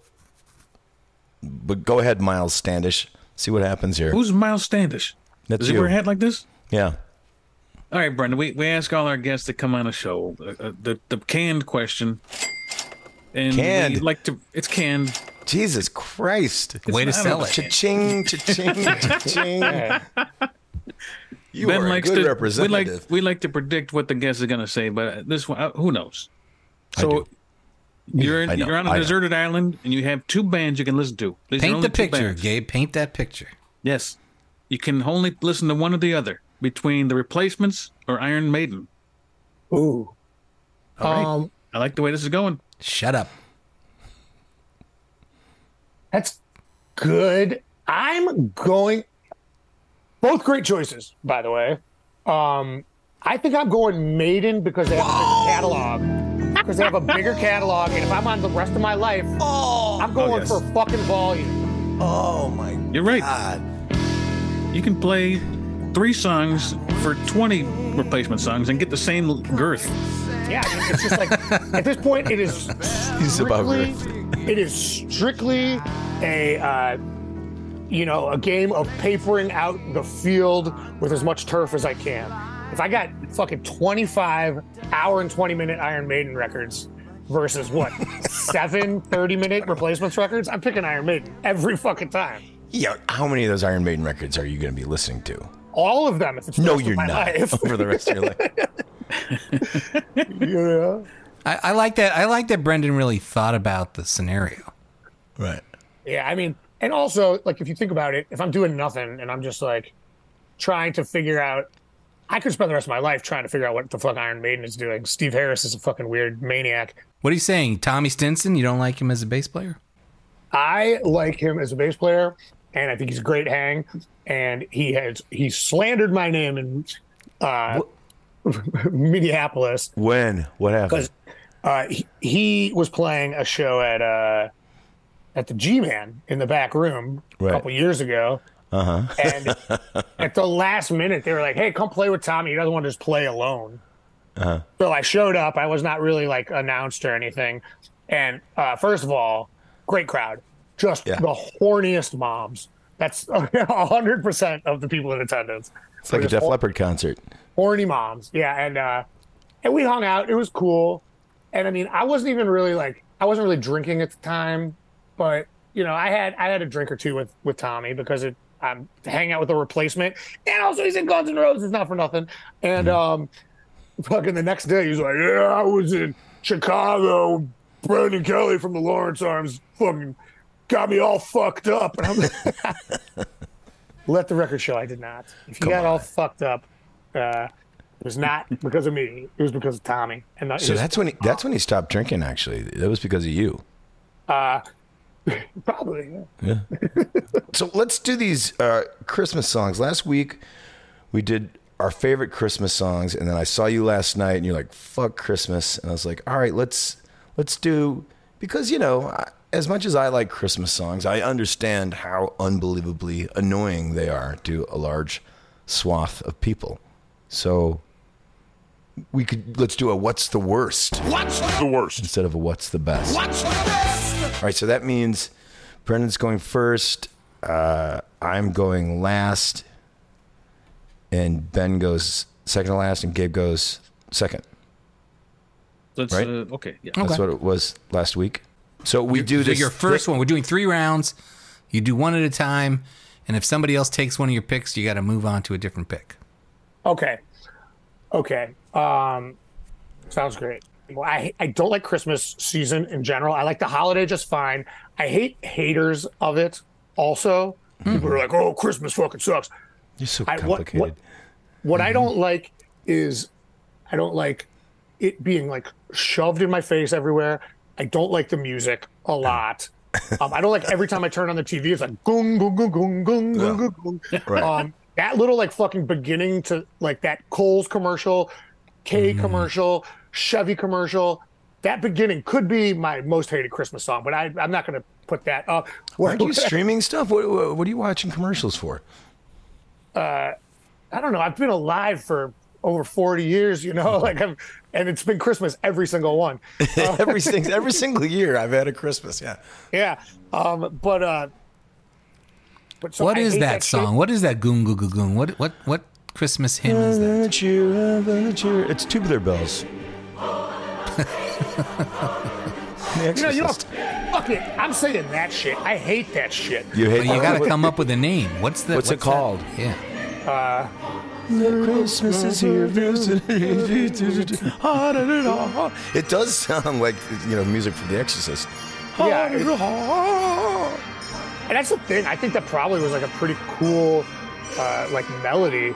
[SPEAKER 4] but go ahead, Miles Standish. See what happens here.
[SPEAKER 5] Who's Miles Standish?
[SPEAKER 4] That's
[SPEAKER 5] Does he
[SPEAKER 4] you.
[SPEAKER 5] wear a hat like this?
[SPEAKER 4] yeah.
[SPEAKER 5] All right, Brendan. We, we ask all our guests to come on the show uh, uh, the the canned question, and
[SPEAKER 4] Canned?
[SPEAKER 5] we like to it's canned.
[SPEAKER 4] Jesus Christ.
[SPEAKER 6] Way to
[SPEAKER 5] not-
[SPEAKER 6] sell it.
[SPEAKER 4] Cha-ching, cha-ching, cha-ching. You are a good
[SPEAKER 5] to
[SPEAKER 4] representative.
[SPEAKER 5] We like we like to predict what the guest is going to say, but this one, uh, who knows? So you're
[SPEAKER 4] I know,
[SPEAKER 5] you're on
[SPEAKER 4] I
[SPEAKER 5] a
[SPEAKER 4] know.
[SPEAKER 5] deserted island, and you have two bands you can listen to. These are
[SPEAKER 6] Paint
[SPEAKER 5] only
[SPEAKER 6] the
[SPEAKER 5] two
[SPEAKER 6] picture,
[SPEAKER 5] bands.
[SPEAKER 6] Gabe. Paint that picture.
[SPEAKER 5] Yes, you can only listen to one or the other between the Replacements or Iron Maiden.
[SPEAKER 11] Ooh.
[SPEAKER 5] right.
[SPEAKER 11] um,
[SPEAKER 5] I like the way this is going.
[SPEAKER 6] Shut up.
[SPEAKER 11] that's good. I'm going. Both great choices, by the way. Um, I think I'm going Maiden because they have a bigger catalog. Because they have a bigger catalog, and if I'm on the rest of my life, I'm going
[SPEAKER 5] yes.
[SPEAKER 11] for fucking volume.
[SPEAKER 4] oh my
[SPEAKER 5] You're right.
[SPEAKER 4] God.
[SPEAKER 5] You can play three songs for 20 replacement songs and get the same girth.
[SPEAKER 11] Yeah, I mean, it's just like at this point, it is.
[SPEAKER 4] He's about
[SPEAKER 11] strictly- It is strictly a. Uh, you know, a game of papering out the field with as much turf as I can. If I got fucking 25 hour and 20 minute Iron Maiden records versus what, seven 30 minute replacements records, I'm picking Iron Maiden every fucking time.
[SPEAKER 4] Yeah, how many of those Iron Maiden records are you going to be listening to?
[SPEAKER 11] All of them if it's the
[SPEAKER 4] No,
[SPEAKER 11] rest of
[SPEAKER 4] you're
[SPEAKER 11] my
[SPEAKER 4] not.
[SPEAKER 11] life.
[SPEAKER 4] For the rest of your life.
[SPEAKER 11] yeah.
[SPEAKER 6] I, I like that. I like that Brendan really thought about the scenario.
[SPEAKER 4] Right.
[SPEAKER 11] Yeah, I mean, and also like if you think about it, if I'm doing nothing and I'm just like trying to figure out, I could spend the rest of my life trying to figure out what the fuck Iron Maiden is doing. Steve Harris is a fucking weird maniac.
[SPEAKER 6] What are you saying, Tommy Stinson? You don't like him as a bass player?
[SPEAKER 11] I like him as a bass player, and I think he's a great hang. And he has he slandered my name in uh, Minneapolis
[SPEAKER 4] When? What happened?
[SPEAKER 11] because uh, he, he was playing a show at uh, at the G Man in the back room
[SPEAKER 4] Right.
[SPEAKER 11] a couple years ago. Uh-huh. and at the last minute, they were like, "Hey, come play with Tommy. He doesn't want to just play alone." Uh-huh. So I showed up. I was not really like announced or anything. And uh, first of all, great crowd, just
[SPEAKER 4] Yeah.
[SPEAKER 11] the horniest moms. That's hundred percent of the people in attendance.
[SPEAKER 4] It's like a Def Leppard concert.
[SPEAKER 11] horny moms. Yeah, and uh, and we hung out. It was cool. And I mean, I wasn't even really like I wasn't really drinking at the time, but you know, I had I had a drink or two with with Tommy because it I'm hanging out with a replacement, and also he's in Guns N' Roses, not for nothing. And
[SPEAKER 4] Mm-hmm.
[SPEAKER 11] um, fucking the next day he's like, yeah, I was in Chicago. Brandon Kelly from the Lawrence Arms fucking got me all fucked up, and I'm like, let the record show I did not. If you got all fucked up, uh, it was not because of me. It was because of Tommy. And uh, that
[SPEAKER 4] So that's when he, that's when he stopped drinking. Actually, that was because of you.
[SPEAKER 11] probably yeah.
[SPEAKER 4] So let's do these uh, Christmas songs. Last week we did our favorite Christmas songs, and then I saw you last night, and you're like, "Fuck Christmas," and I was like, "All right, let's let's do." Because you know, I, as much as I like Christmas songs, I understand how unbelievably annoying they are to a large swath of people. So we could let's do a what's the worst?
[SPEAKER 12] What's
[SPEAKER 4] the worst instead of a what's the best?
[SPEAKER 12] What's the best?
[SPEAKER 4] All right, so that means Brendan's going first, uh, I'm going last, and Ben goes second to last, and Gabe goes second.
[SPEAKER 5] Let's,
[SPEAKER 4] Right?
[SPEAKER 5] uh, okay. Yeah.
[SPEAKER 4] That's what it was last week. So we do
[SPEAKER 6] so
[SPEAKER 4] this.
[SPEAKER 6] your first one, we're doing three rounds. You do one at a time, and if somebody else takes one of your picks, you got to move on to a different pick.
[SPEAKER 11] Okay. Okay. Um, sounds great. Well, I, I don't like Christmas season in general. I like the holiday just fine. I hate haters of it also. People are like, oh, Christmas fucking sucks.
[SPEAKER 4] You're so
[SPEAKER 11] I- what-
[SPEAKER 4] complicated. Mm-hmm.
[SPEAKER 11] What I don't like is I don't like it being like shoved in my face everywhere. I don't like the music a lot. Um, I don't like every time I turn on the TV, it's like gung, gung, gung, gung, gung, gung, gung, gung.
[SPEAKER 12] Right.
[SPEAKER 11] Um, that little like fucking beginning to like that Coles commercial, K
[SPEAKER 4] Mm-hmm.
[SPEAKER 11] commercial, Chevy commercial. That beginning could be my most hated Christmas song, but I, I'm not going to put that up.
[SPEAKER 4] Aren't you streaming stuff? What, what, what are you watching commercials for?
[SPEAKER 11] uh, I don't know. I've been alive for over 40 years, you know, like I've, and it's been Christmas every single one. Uh,
[SPEAKER 4] every sing- every single year I've had a Christmas. Yeah.
[SPEAKER 11] yeah. Um, but, uh, but so
[SPEAKER 6] what
[SPEAKER 11] I
[SPEAKER 6] is
[SPEAKER 11] hate
[SPEAKER 6] that,
[SPEAKER 11] shit.
[SPEAKER 6] song? What is that goon goo goo goon? What what what Christmas hymn is
[SPEAKER 4] Uh,
[SPEAKER 6] that?
[SPEAKER 4] It's Tubular Bells.
[SPEAKER 11] You know, you don't, fuck it. I'm saying that shit. I hate that shit.
[SPEAKER 4] You hate
[SPEAKER 6] But you got to come up with a name. What's the
[SPEAKER 4] What's it
[SPEAKER 6] that?
[SPEAKER 4] called?
[SPEAKER 6] Yeah.
[SPEAKER 11] Uh,
[SPEAKER 4] Christmas is here. It does sound like you know music from The Exorcist.
[SPEAKER 6] Oh,
[SPEAKER 11] yeah. it- and that's the thing. I think that probably was like a pretty cool, uh, like melody.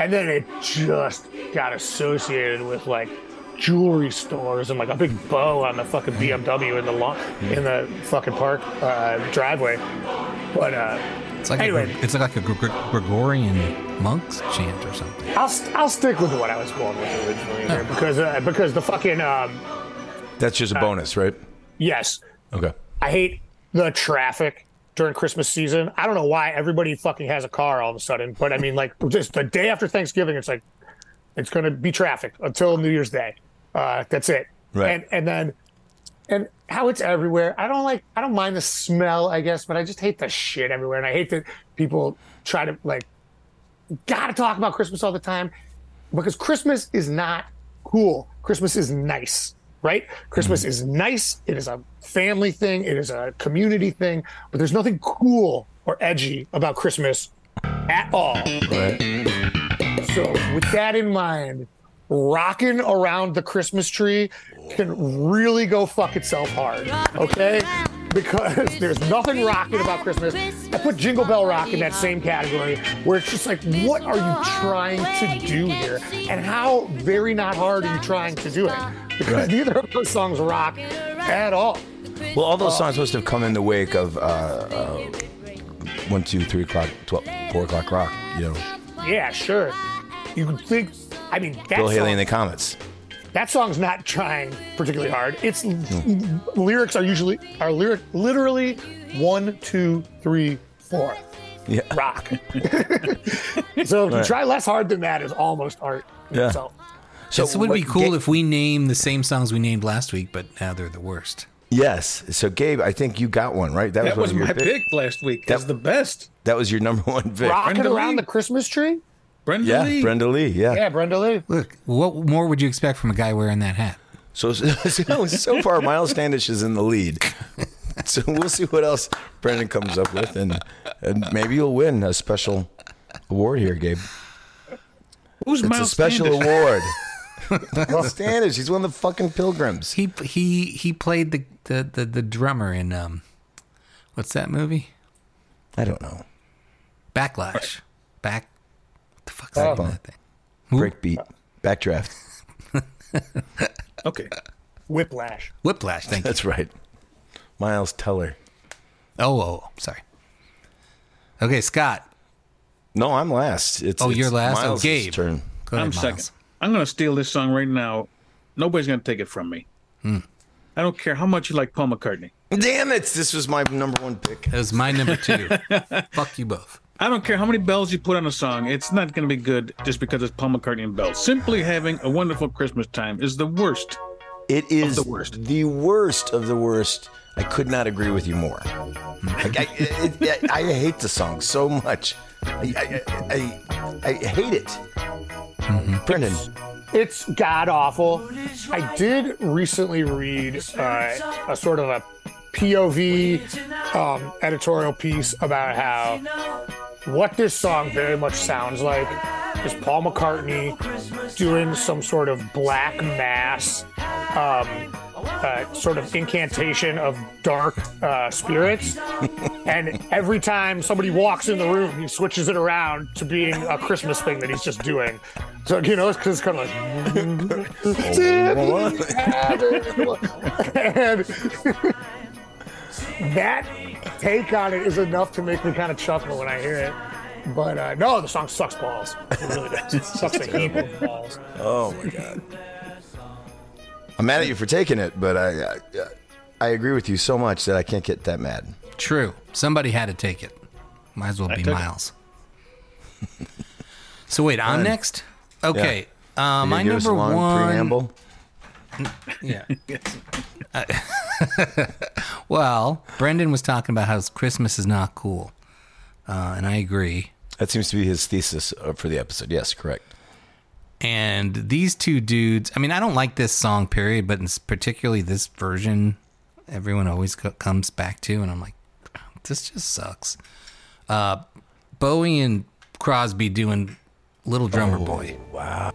[SPEAKER 11] And then it just got associated with like jewelry stores and like a big bow on the fucking BMW in the lawn, in the fucking park uh, driveway. But uh,
[SPEAKER 6] It's like
[SPEAKER 11] anyway,
[SPEAKER 6] a, Gre- it's like a Gre- Gre- Gregorian monks chant or something.
[SPEAKER 11] I'll, st- I'll stick with what I was going with originally here because uh, because the fucking um,
[SPEAKER 4] That's just a bonus, right?
[SPEAKER 11] yes,
[SPEAKER 4] Okay.
[SPEAKER 11] I hate the traffic during Christmas season. I don't know why everybody fucking has a car all of a sudden, but I mean, like, just the day after Thanksgiving, it's like it's going to be traffic until New Year's Day. Uh, that's it.
[SPEAKER 12] Right.
[SPEAKER 11] And and then and how it's everywhere. I don't like. I don't mind the smell, I guess, but I just hate the shit everywhere, and I hate that people try to like gotta talk about Christmas all the time because Christmas is not cool. Christmas is nice, right? Christmas is nice. It is a family thing, it is a community thing, but there's nothing cool or edgy about Christmas at all. So, with that in mind, rocking around the Christmas tree can really go fuck itself hard, okay? Because there's nothing rocking about Christmas. I put Jingle Bell Rock in that same category where it's just like, what are you trying to do here? And how very not hard are you trying to do it? Because
[SPEAKER 4] Right.
[SPEAKER 11] neither of those songs rock at all.
[SPEAKER 4] Well, all those songs must have come in the wake of uh, uh, one, two, three o'clock, 12, four o'clock rock. You know,
[SPEAKER 11] Yeah, sure. You could think, I mean, that
[SPEAKER 4] Bill Haley
[SPEAKER 11] song-
[SPEAKER 4] and the Comets.
[SPEAKER 11] that song's not trying particularly hard. It's lyrics are usually are lyric literally one, two, three, four.
[SPEAKER 4] Yeah.
[SPEAKER 11] Rock. So if you
[SPEAKER 6] Right.
[SPEAKER 11] try less hard than that is almost art. in
[SPEAKER 6] Yeah.
[SPEAKER 11] itself.
[SPEAKER 6] So it would be
[SPEAKER 4] what
[SPEAKER 6] cool
[SPEAKER 4] ga-
[SPEAKER 6] if we name the same songs we named last week, but now they're the worst.
[SPEAKER 4] Yes. So Gabe, I think you got one right.
[SPEAKER 5] That,
[SPEAKER 4] one
[SPEAKER 5] was,
[SPEAKER 4] of your
[SPEAKER 5] my
[SPEAKER 4] pick-
[SPEAKER 5] pick last week.
[SPEAKER 4] That-
[SPEAKER 5] That's the best.
[SPEAKER 4] That was your number one pick.
[SPEAKER 11] Rocking around the Christmas tree.
[SPEAKER 5] Brenda
[SPEAKER 4] yeah, Brenda Lee. Yeah.
[SPEAKER 11] Brenda Lee.
[SPEAKER 6] Look, what more would you expect from a guy wearing that hat?
[SPEAKER 4] So so, so far, Miles Standish is in the lead. So we'll see what else Brendan comes up with, and and maybe you'll win a special award here, Gabe.
[SPEAKER 5] Who's
[SPEAKER 4] it's
[SPEAKER 5] Miles
[SPEAKER 4] a special
[SPEAKER 5] Standish?
[SPEAKER 4] award. Miles Standish, he's one of the fucking pilgrims.
[SPEAKER 6] He he he played the the the, the drummer in um, what's that movie?
[SPEAKER 4] I don't know.
[SPEAKER 6] Backlash. Back. What the fuck's the name of
[SPEAKER 4] Backbone.
[SPEAKER 6] that thing?
[SPEAKER 4] Breakbeat, backdraft.
[SPEAKER 5] Okay.
[SPEAKER 11] Whiplash.
[SPEAKER 6] Whiplash. Thank
[SPEAKER 4] That's right. Miles Teller.
[SPEAKER 6] Oh, oh, oh, sorry. Okay, Scott.
[SPEAKER 4] No, I'm last. It's
[SPEAKER 6] Oh,
[SPEAKER 4] it's
[SPEAKER 6] you're last? Oh,
[SPEAKER 4] Miles'
[SPEAKER 6] Gabe.
[SPEAKER 4] turn.
[SPEAKER 6] Go ahead,
[SPEAKER 5] I'm
[SPEAKER 6] Miles.
[SPEAKER 5] second. I'm going to steal this song right now. Nobody's going to take it from me.
[SPEAKER 6] Hmm.
[SPEAKER 5] I don't care how much you like Paul McCartney.
[SPEAKER 4] Damn it! This was my number one pick. That
[SPEAKER 6] was my number two. Fuck you both.
[SPEAKER 5] I don't care how many bells you put on a song, it's not going to be good just because it's Paul McCartney and bells. Simply having a wonderful Christmas time is the worst.
[SPEAKER 4] It is
[SPEAKER 5] the worst.
[SPEAKER 4] The worst of the worst. I could not agree with you more. Like, I, it, I, I hate the song so much. I, I, I, I hate it.
[SPEAKER 6] Mm-hmm.
[SPEAKER 4] Brendan,
[SPEAKER 11] It's god awful. I did recently read uh, a sort of a POV um, editorial piece about how what this song very much sounds like is Paul McCartney doing some sort of black mass, um, uh, sort of incantation of dark uh, spirits. and every time somebody walks in the room, he switches it around to being a Christmas thing that he's just doing. So, you know, it's, 'cause it's kind of like. and that take on it is enough to make me kind of chuckle when I hear it. But uh, no, the song sucks balls. It really does. It sucks a heap of balls.
[SPEAKER 4] Oh my god. I'm mad at you for taking it, but I, I, I agree with you so much that I can't get that mad.
[SPEAKER 6] True. Somebody had to take it. Might as well
[SPEAKER 5] I
[SPEAKER 6] be
[SPEAKER 5] took it.
[SPEAKER 6] Miles. so wait, I'm
[SPEAKER 4] Fine.
[SPEAKER 6] next. Okay.
[SPEAKER 4] Yeah.
[SPEAKER 6] Uh,
[SPEAKER 4] You
[SPEAKER 6] my
[SPEAKER 4] gonna give us
[SPEAKER 6] number
[SPEAKER 4] a long
[SPEAKER 6] one.
[SPEAKER 4] preamble.
[SPEAKER 6] Yeah. I- well, Brendan was talking about how Christmas is not cool, uh, and I agree.
[SPEAKER 4] That seems to be his thesis uh, for the episode. Yes, correct.
[SPEAKER 6] And these two dudes, I mean, I don't like this song, period, but it's particularly this version, everyone always co- comes back to, and I'm like, this just sucks. Uh, Bowie and Crosby doing Little Drummer Boy.
[SPEAKER 4] Wow.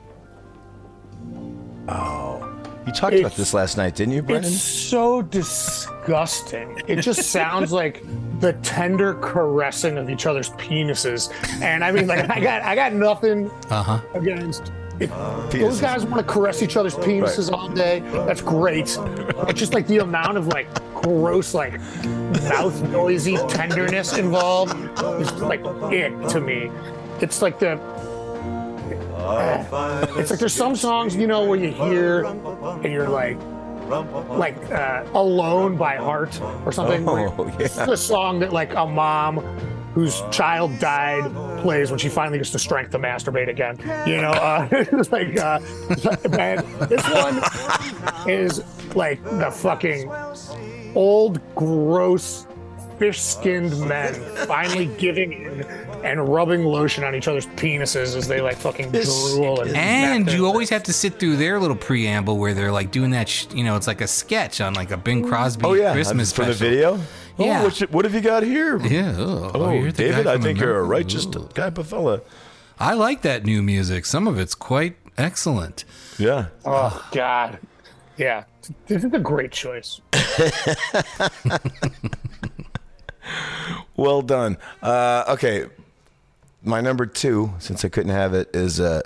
[SPEAKER 4] Oh, you talked about this last night, didn't you, Brendan?
[SPEAKER 11] It's so disgusting. It just sounds like the tender caressing of each other's penises. And I mean, like, I got, I got nothing
[SPEAKER 6] Uh huh.
[SPEAKER 11] against. If those
[SPEAKER 4] penises.
[SPEAKER 11] guys want to caress each other's penises all day, that's great. It's just like the amount of like gross, like mouth noisy tenderness involved is like it to me. It's like the it's like there's some songs you know where you hear and you're like like uh, alone by heart or something where
[SPEAKER 4] Oh, yeah.
[SPEAKER 11] it's a song that like a mom whose child died plays when she finally gets the strength to masturbate again you know uh, it's like uh, man, this one is like the fucking old gross fish-skinned men finally giving in and rubbing lotion on each other's penises as they like fucking drool and,
[SPEAKER 6] And
[SPEAKER 11] smack
[SPEAKER 6] you
[SPEAKER 11] their-
[SPEAKER 6] always have to sit through their little preamble where they're like doing that, sh- you know, it's like a sketch on like a Bing Crosby
[SPEAKER 4] Oh yeah,
[SPEAKER 6] Christmas
[SPEAKER 4] for
[SPEAKER 6] special.
[SPEAKER 4] the video. Oh,
[SPEAKER 6] Yeah.
[SPEAKER 4] what, you- what have you got here?
[SPEAKER 6] Yeah. Oh,
[SPEAKER 4] Oh,
[SPEAKER 6] you're the guy
[SPEAKER 4] David, I
[SPEAKER 6] from
[SPEAKER 4] think you're a
[SPEAKER 6] America.
[SPEAKER 4] righteous
[SPEAKER 6] Ooh.
[SPEAKER 4] type of fella.
[SPEAKER 6] I like that new music. Some of it's quite excellent.
[SPEAKER 4] Yeah.
[SPEAKER 11] oh god yeah this is a great choice
[SPEAKER 4] Well done. Uh, okay, my number two, since I couldn't have it, is uh,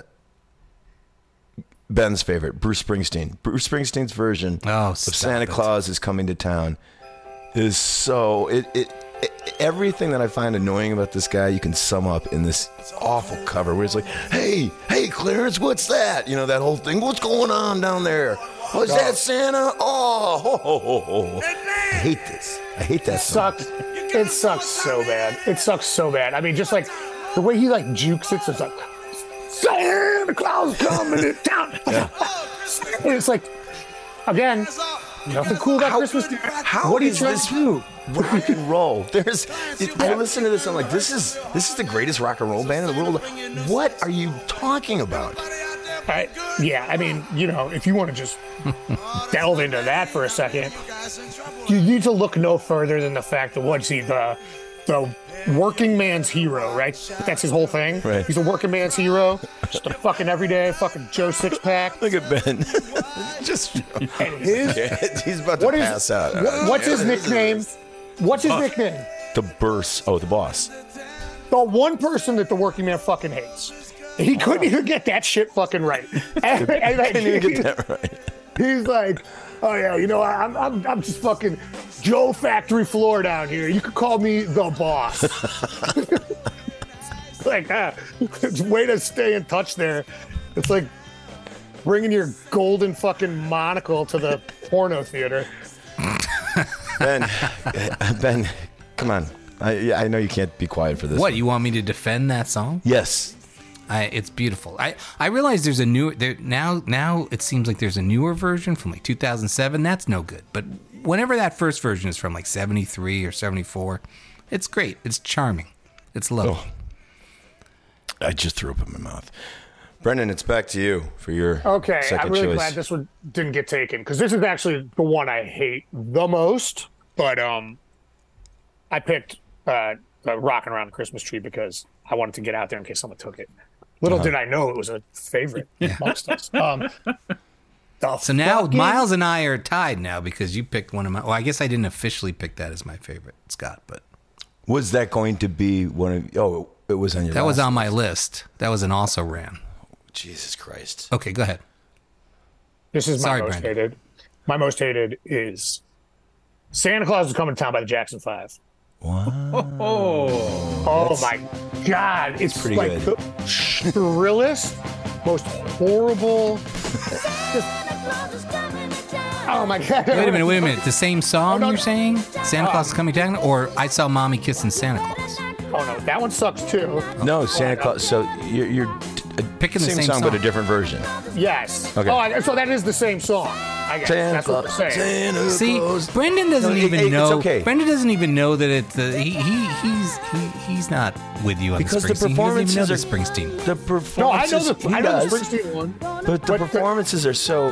[SPEAKER 4] Ben's favorite, Bruce Springsteen. Bruce Springsteen's version
[SPEAKER 6] Oh,
[SPEAKER 4] of
[SPEAKER 6] stop
[SPEAKER 4] Santa
[SPEAKER 6] it.
[SPEAKER 4] Claus is coming to town is so it, it it everything that I find annoying about this guy, you can sum up in this awful cover where it's like, "Hey, hey, Clarence, what's that?" You know that whole thing. What's going on down there? Oh, is that Santa? Oh, ho, ho, ho, ho. I hate this. I hate that song.
[SPEAKER 11] sucks. It sucks so bad. It sucks so bad. I mean, just like the way he like jukes it, so it's like Santa Claus coming to town. And it's like again, nothing cool about Christmas.
[SPEAKER 4] How
[SPEAKER 11] what are you
[SPEAKER 4] is
[SPEAKER 11] trying
[SPEAKER 4] this
[SPEAKER 11] to do?
[SPEAKER 4] rock and roll? There's, I listen to this. I'm like, this is this is the greatest rock and roll band in the world. What are you talking about?
[SPEAKER 11] I, yeah, I mean, you know, if you want to just delve into that for a second, you need to look no further than the fact that what's he the the working man's hero, right? That's his whole thing.
[SPEAKER 4] Right.
[SPEAKER 11] He's a working man's hero. Just a fucking everyday fucking Joe six pack.
[SPEAKER 4] Look at Ben. Just
[SPEAKER 11] And his
[SPEAKER 4] he's about to
[SPEAKER 11] What is-
[SPEAKER 4] pass out.
[SPEAKER 11] wh- what's his nickname? What's his nickname?
[SPEAKER 4] The burst. Oh, the boss.
[SPEAKER 11] The one person that the working man fucking hates. He couldn't even get that shit fucking right. And, and like,
[SPEAKER 4] Didn't even get that right.
[SPEAKER 11] He's like, oh yeah, you know, I'm, I'm, I'm just fucking Joe Factory Floor down here. You could call me the boss. It's like, ah, way to stay in touch there. It's like bringing your golden fucking monocle to the porno theater.
[SPEAKER 4] Ben, Ben, come on. I, yeah, I know you can't be quiet for this.
[SPEAKER 6] What
[SPEAKER 4] one.
[SPEAKER 6] you want me to defend that song?
[SPEAKER 4] Yes.
[SPEAKER 6] I, it's beautiful. I, I realize there's a new there now now it seems like there's a newer version from like 2007. That's no good. But whenever that first version is from like 73 or 74, it's great. It's charming. It's lovely.
[SPEAKER 4] I just threw up in my mouth. Brendan, it's back to you for your
[SPEAKER 11] Okay, i
[SPEAKER 4] second
[SPEAKER 11] I'm really
[SPEAKER 4] choice.
[SPEAKER 11] glad this one didn't get taken because this is actually the one I hate the most. But um, I picked uh, uh, "Rocking Around the Christmas Tree" because I wanted to get out there in case someone took it. Little
[SPEAKER 6] Uh-huh.
[SPEAKER 11] did I know it was a favorite amongst us. Um,
[SPEAKER 6] So now
[SPEAKER 11] fucking-
[SPEAKER 6] Miles and I are tied now because you picked one of my. Well, I guess I didn't officially pick that as my favorite, Scott, but
[SPEAKER 4] Was that going to be one of? Oh, it was on your.
[SPEAKER 6] that was
[SPEAKER 4] last-
[SPEAKER 6] on my list. That was an also ran.
[SPEAKER 4] Jesus Christ.
[SPEAKER 6] Okay, go ahead.
[SPEAKER 11] This is my
[SPEAKER 6] Sorry,
[SPEAKER 11] most
[SPEAKER 6] Brandon.
[SPEAKER 11] hated. My most hated is Santa Claus is coming to town by the Jackson Five. Oh, my God! It's
[SPEAKER 4] pretty
[SPEAKER 11] like
[SPEAKER 4] good.
[SPEAKER 11] the shrillest, most horrible. just- oh my God!
[SPEAKER 6] Wait a minute, wait a minute. The same song you're saying? Santa Claus is coming down, or I saw mommy kissing Santa Claus?
[SPEAKER 11] Oh no, that one sucks too. Oh,
[SPEAKER 4] No, Santa Claus. So you're, you're uh,
[SPEAKER 6] Picking the
[SPEAKER 4] same,
[SPEAKER 6] same
[SPEAKER 4] song, but a
[SPEAKER 6] song.
[SPEAKER 4] different version.
[SPEAKER 11] Yes.
[SPEAKER 4] Okay.
[SPEAKER 11] Oh, I- so that is the same song. I guess
[SPEAKER 4] Santa
[SPEAKER 11] that's what
[SPEAKER 4] Claus,
[SPEAKER 11] they're saying.
[SPEAKER 4] Santa
[SPEAKER 6] See, Brendan doesn't
[SPEAKER 4] No, it-
[SPEAKER 6] even
[SPEAKER 4] it- it's
[SPEAKER 6] know.
[SPEAKER 4] okay.
[SPEAKER 6] Brendan doesn't even know that it's the he, he he's he, he's not with you on
[SPEAKER 4] Because
[SPEAKER 6] the
[SPEAKER 4] the
[SPEAKER 6] Springsteen.
[SPEAKER 4] performances
[SPEAKER 6] he
[SPEAKER 4] are
[SPEAKER 6] doesn't even know the Springsteen.
[SPEAKER 4] The
[SPEAKER 11] No, I
[SPEAKER 4] performances.
[SPEAKER 11] know the
[SPEAKER 4] he
[SPEAKER 11] I know
[SPEAKER 4] does,
[SPEAKER 11] the Springsteen one.
[SPEAKER 4] But the performances are so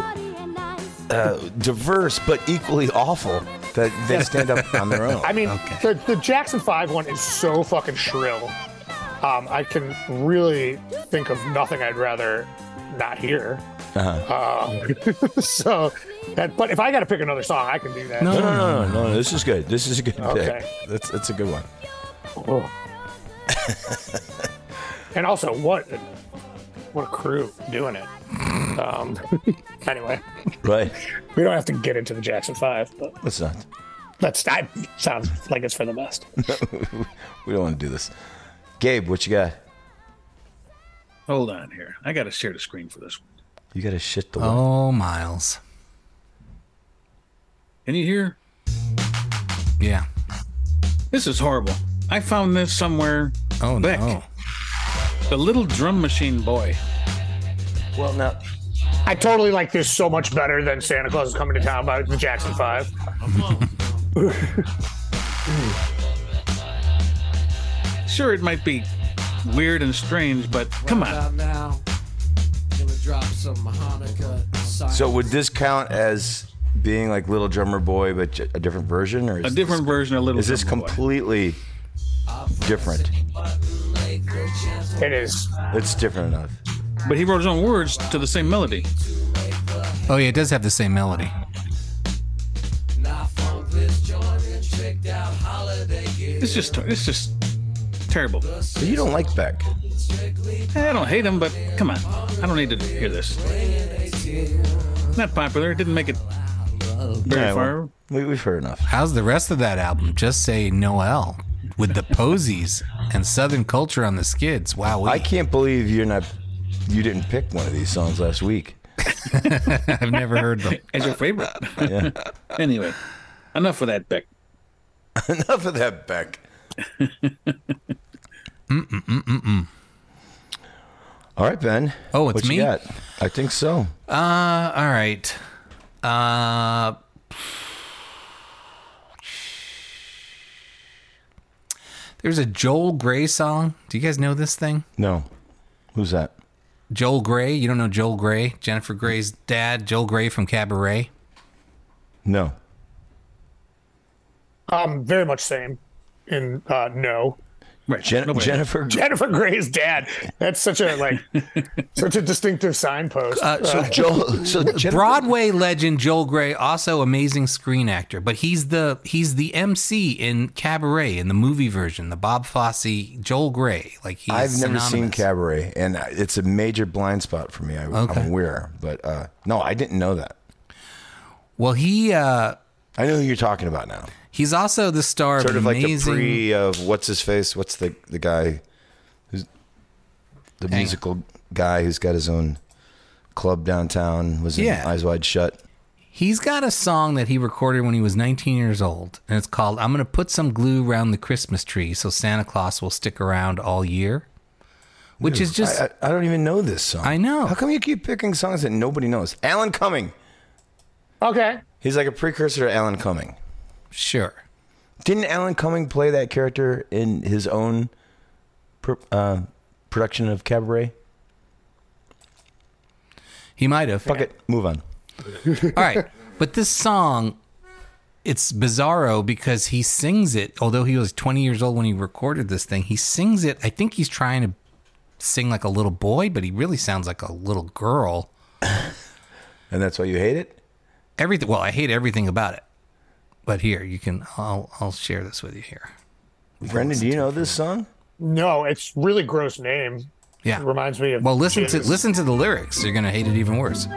[SPEAKER 4] uh, diverse, but equally awful that they stand up on their own.
[SPEAKER 11] I mean, the, the Jackson Five one is so fucking shrill. Um, I can really think of nothing I'd rather not hear.
[SPEAKER 4] Uh-huh.
[SPEAKER 11] Um, so, that, but if I got to pick another song, I can do that.
[SPEAKER 4] No, no, no, no, no, This is good. This is a good
[SPEAKER 11] Okay.
[SPEAKER 4] pick. That's that's a good one.
[SPEAKER 11] And also, what what a crew doing it. Um, anyway,
[SPEAKER 4] Right.
[SPEAKER 11] we don't have to get into the Jackson Five, but
[SPEAKER 4] Let's not.
[SPEAKER 11] that's that sounds like it's for the best.
[SPEAKER 4] we don't want to do this. Gabe, what you got?
[SPEAKER 5] Hold on here. I got to share the screen for this one.
[SPEAKER 4] You got to shit the. Oh.
[SPEAKER 6] Oh, Miles.
[SPEAKER 5] Can you hear?
[SPEAKER 6] Yeah.
[SPEAKER 5] This is horrible. I found this somewhere.
[SPEAKER 6] Oh
[SPEAKER 5] Back.
[SPEAKER 6] no.
[SPEAKER 5] The little drum machine boy.
[SPEAKER 4] Well, now
[SPEAKER 11] I totally like this so much better than Santa Claus is coming to town by the Jackson Five.
[SPEAKER 5] Sure, it might be weird and strange, but come on.
[SPEAKER 12] now. Gonna drop some Hanukkah.
[SPEAKER 4] So would this count as being like Little Drummer Boy, but j- a different version, or is
[SPEAKER 5] A different version of Little
[SPEAKER 4] This, is this
[SPEAKER 5] Drummer Boy.
[SPEAKER 4] completely different?
[SPEAKER 11] It is.
[SPEAKER 4] It's different enough.
[SPEAKER 5] But he wrote his own words to the same melody.
[SPEAKER 6] Oh yeah, it does have the same melody.
[SPEAKER 5] It's just it's just terrible.
[SPEAKER 4] But you don't like Beck.
[SPEAKER 5] I don't hate him, but come on. I don't need to hear this. Not popular. It didn't make it very
[SPEAKER 4] Yeah,
[SPEAKER 5] far.
[SPEAKER 4] well, we, we've heard enough.
[SPEAKER 6] How's the rest of that album? Just say Noel with the posies and Southern culture on the skids. Wow.
[SPEAKER 4] I can't believe you're not. You didn't pick one of these songs last week.
[SPEAKER 6] I've never heard them.
[SPEAKER 5] as your favorite.
[SPEAKER 4] Yeah.
[SPEAKER 5] anyway, enough of that, Beck.
[SPEAKER 4] enough of that, Beck. All right, Ben.
[SPEAKER 6] Oh, it's
[SPEAKER 4] What you
[SPEAKER 6] me?
[SPEAKER 4] got? I think so.
[SPEAKER 6] Uh, all right. Uh, there's a Joel Gray song. Do you guys know this thing?
[SPEAKER 4] No, who's that?
[SPEAKER 6] Joel Gray. You don't know Joel Gray? Jennifer Gray's dad, Joel Gray from Cabaret.
[SPEAKER 4] No.
[SPEAKER 11] Um, very much same. In uh, no,
[SPEAKER 5] Right.
[SPEAKER 4] Jen-
[SPEAKER 5] nobody-
[SPEAKER 4] Jennifer.
[SPEAKER 11] Jennifer Gray's dad. That's such a like, such a distinctive signpost.
[SPEAKER 6] Uh, so
[SPEAKER 11] Uh,
[SPEAKER 4] Joel. So Jennifer.
[SPEAKER 6] Broadway legend Joel Gray, also amazing screen actor, but he's the he's the MC in Cabaret in the movie version, the Bob Fosse Joel Gray. Like he's
[SPEAKER 4] I've never seen
[SPEAKER 6] synonymous.
[SPEAKER 4] Cabaret, and uh, it's a major blind spot for me. I,
[SPEAKER 6] Okay.
[SPEAKER 4] I'm aware, but uh, no, I didn't know that.
[SPEAKER 6] Well, he uh,
[SPEAKER 4] I know who you're talking about now.
[SPEAKER 6] he's also the star
[SPEAKER 4] Sort
[SPEAKER 6] of
[SPEAKER 4] of like the
[SPEAKER 6] amazing.
[SPEAKER 4] pre of what's his face? What's the the guy who's the
[SPEAKER 6] Hang on.
[SPEAKER 4] musical guy who's got his own club downtown? Was in
[SPEAKER 6] Yeah.
[SPEAKER 4] Eyes Wide Shut.
[SPEAKER 6] He's got a song that he recorded when he was 19 years old, and it's called I'm going to Put Some Glue Around the Christmas Tree so Santa Claus Will Stick Around All Year. Which
[SPEAKER 4] Dude,
[SPEAKER 6] is just.
[SPEAKER 4] I, I- I don't even know this song. I
[SPEAKER 6] know.
[SPEAKER 4] How come you keep picking songs that nobody knows? Alan Cumming.
[SPEAKER 11] Uh, Okay.
[SPEAKER 4] He's like a precursor to Alan Cumming.
[SPEAKER 6] Sure.
[SPEAKER 4] Didn't Alan Cumming play that character in his own pr- uh, production of Cabaret?
[SPEAKER 6] He might have.
[SPEAKER 4] Fuck it. Move on.
[SPEAKER 6] All right. But this song, it's bizarro because he sings it, although he was 20 years old when he recorded this thing. He sings it. I think he's trying to sing like a little boy, but he really sounds like a little girl.
[SPEAKER 4] and that's why you hate it?
[SPEAKER 6] Everything. Well, I hate everything about it. But here, you can, I'll, I'll share this with you here.
[SPEAKER 4] Brendan, do you know this song?
[SPEAKER 11] No, it's really gross name.
[SPEAKER 6] Yeah.
[SPEAKER 11] It reminds me of.
[SPEAKER 6] Well, listen to
[SPEAKER 11] Janice.
[SPEAKER 6] listen to the lyrics. You're gonna hate it even worse.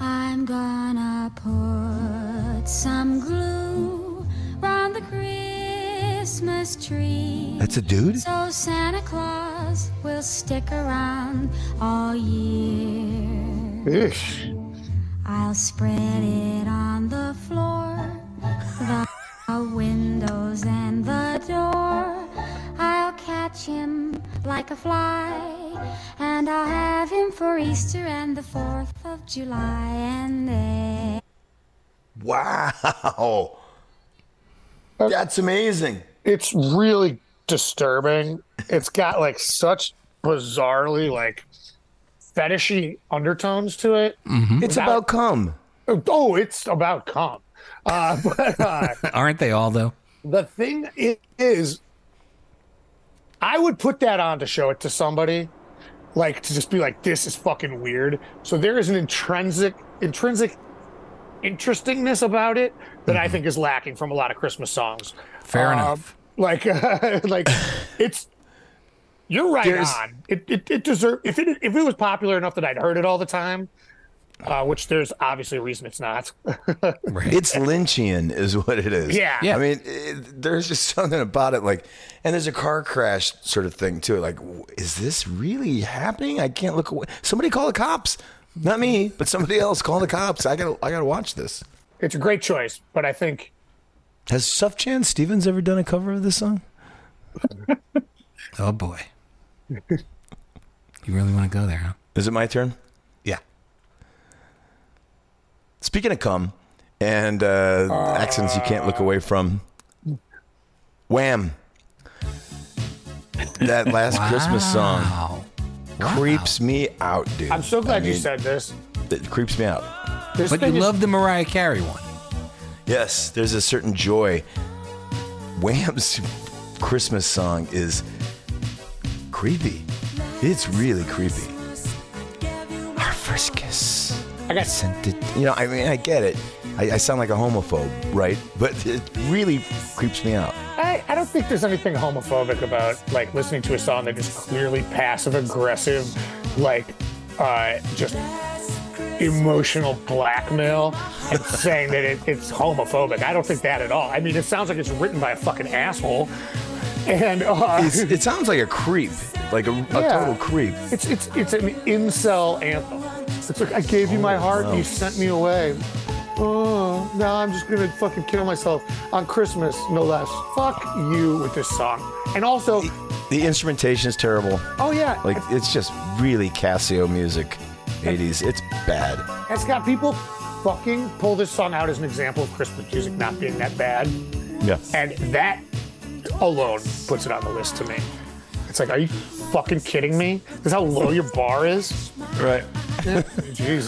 [SPEAKER 13] I'm gonna put some glue round the Christmas tree.
[SPEAKER 4] That's a dude?
[SPEAKER 13] So Santa Claus will stick around all year. I'll spread it on the floor, the windows and the door. I'll catch him like a fly, and I'll have him for Easter and the 4th of July and then.
[SPEAKER 4] Wow. That's amazing.
[SPEAKER 11] It's really disturbing. It's got like such bizarrely like fetishy undertones to it.
[SPEAKER 4] It's about cum.
[SPEAKER 11] Oh, it's about cum. Uh, but uh,
[SPEAKER 6] Aren't they all though?
[SPEAKER 11] the thing i- is, I would put that on to show it to somebody, like to just be like, "This is fucking weird." So there is an intrinsic, intrinsic interestingness about it that I think is lacking from a lot of Christmas songs.
[SPEAKER 6] Mm-hmm. Fair
[SPEAKER 11] Uh,
[SPEAKER 6] enough.
[SPEAKER 11] Like, like it's. You're right
[SPEAKER 6] There's-
[SPEAKER 11] on. It it, it deserve if it if it was popular enough that I'd heard it all the time, uh, which there's obviously a reason it's not.
[SPEAKER 4] It's Lynchian, is what it is.
[SPEAKER 11] Yeah. Yeah.
[SPEAKER 4] I mean, it, there's just something about it. Like, and there's a car crash sort of thing too. Like, w- is this really happening? I can't look away. Somebody call the cops. Not me, but somebody else. Call the cops. I gotta, I gotta watch this.
[SPEAKER 11] It's a great choice, but I think
[SPEAKER 4] Has Sufjan Stevens ever done a cover of this song?
[SPEAKER 6] Oh boy. you really want to go there, huh?
[SPEAKER 4] Is it my turn?
[SPEAKER 6] Yeah.
[SPEAKER 4] Speaking of cum and uh, accents you can't look away from, wham. That last Christmas song creeps me out, dude.
[SPEAKER 11] I'm so glad
[SPEAKER 4] I
[SPEAKER 11] you
[SPEAKER 4] mean,
[SPEAKER 11] said this.
[SPEAKER 4] It creeps me out.
[SPEAKER 11] This
[SPEAKER 6] but you
[SPEAKER 11] thing is-
[SPEAKER 6] love the Mariah Carey one.
[SPEAKER 4] Yes, there's a certain joy. Wham's Christmas song is creepy. It's really creepy. Our first kiss.
[SPEAKER 11] I got
[SPEAKER 4] scented. You know, I mean, I get it. I, I sound like a homophobe, right? But it really creeps me out.
[SPEAKER 11] I, I don't think there's anything homophobic about like listening to a song that is clearly passive aggressive, like uh, just emotional blackmail and saying that it, it's homophobic. I don't think that at all. I mean, it sounds like it's written by a fucking asshole, and uh,
[SPEAKER 4] It's, it sounds like a creep, like a, a
[SPEAKER 11] Yeah.
[SPEAKER 4] total creep.
[SPEAKER 11] it's it's it's an incel anthem. It's like I gave you my heart, and you sent me away. Oh, now I'm just gonna fucking kill myself on Christmas, no less. Fuck you with this song. And also,
[SPEAKER 4] The instrumentation is terrible.
[SPEAKER 11] oh yeah,
[SPEAKER 4] Like, it's just really Casio music, 80s. It's bad.
[SPEAKER 11] That's got people fucking pull this song out as an example of Christmas music not being that bad.
[SPEAKER 4] Yeah.
[SPEAKER 11] And that alone puts it on the list to me. It's like, are you fucking kidding me? This is how low your bar is?
[SPEAKER 4] Right.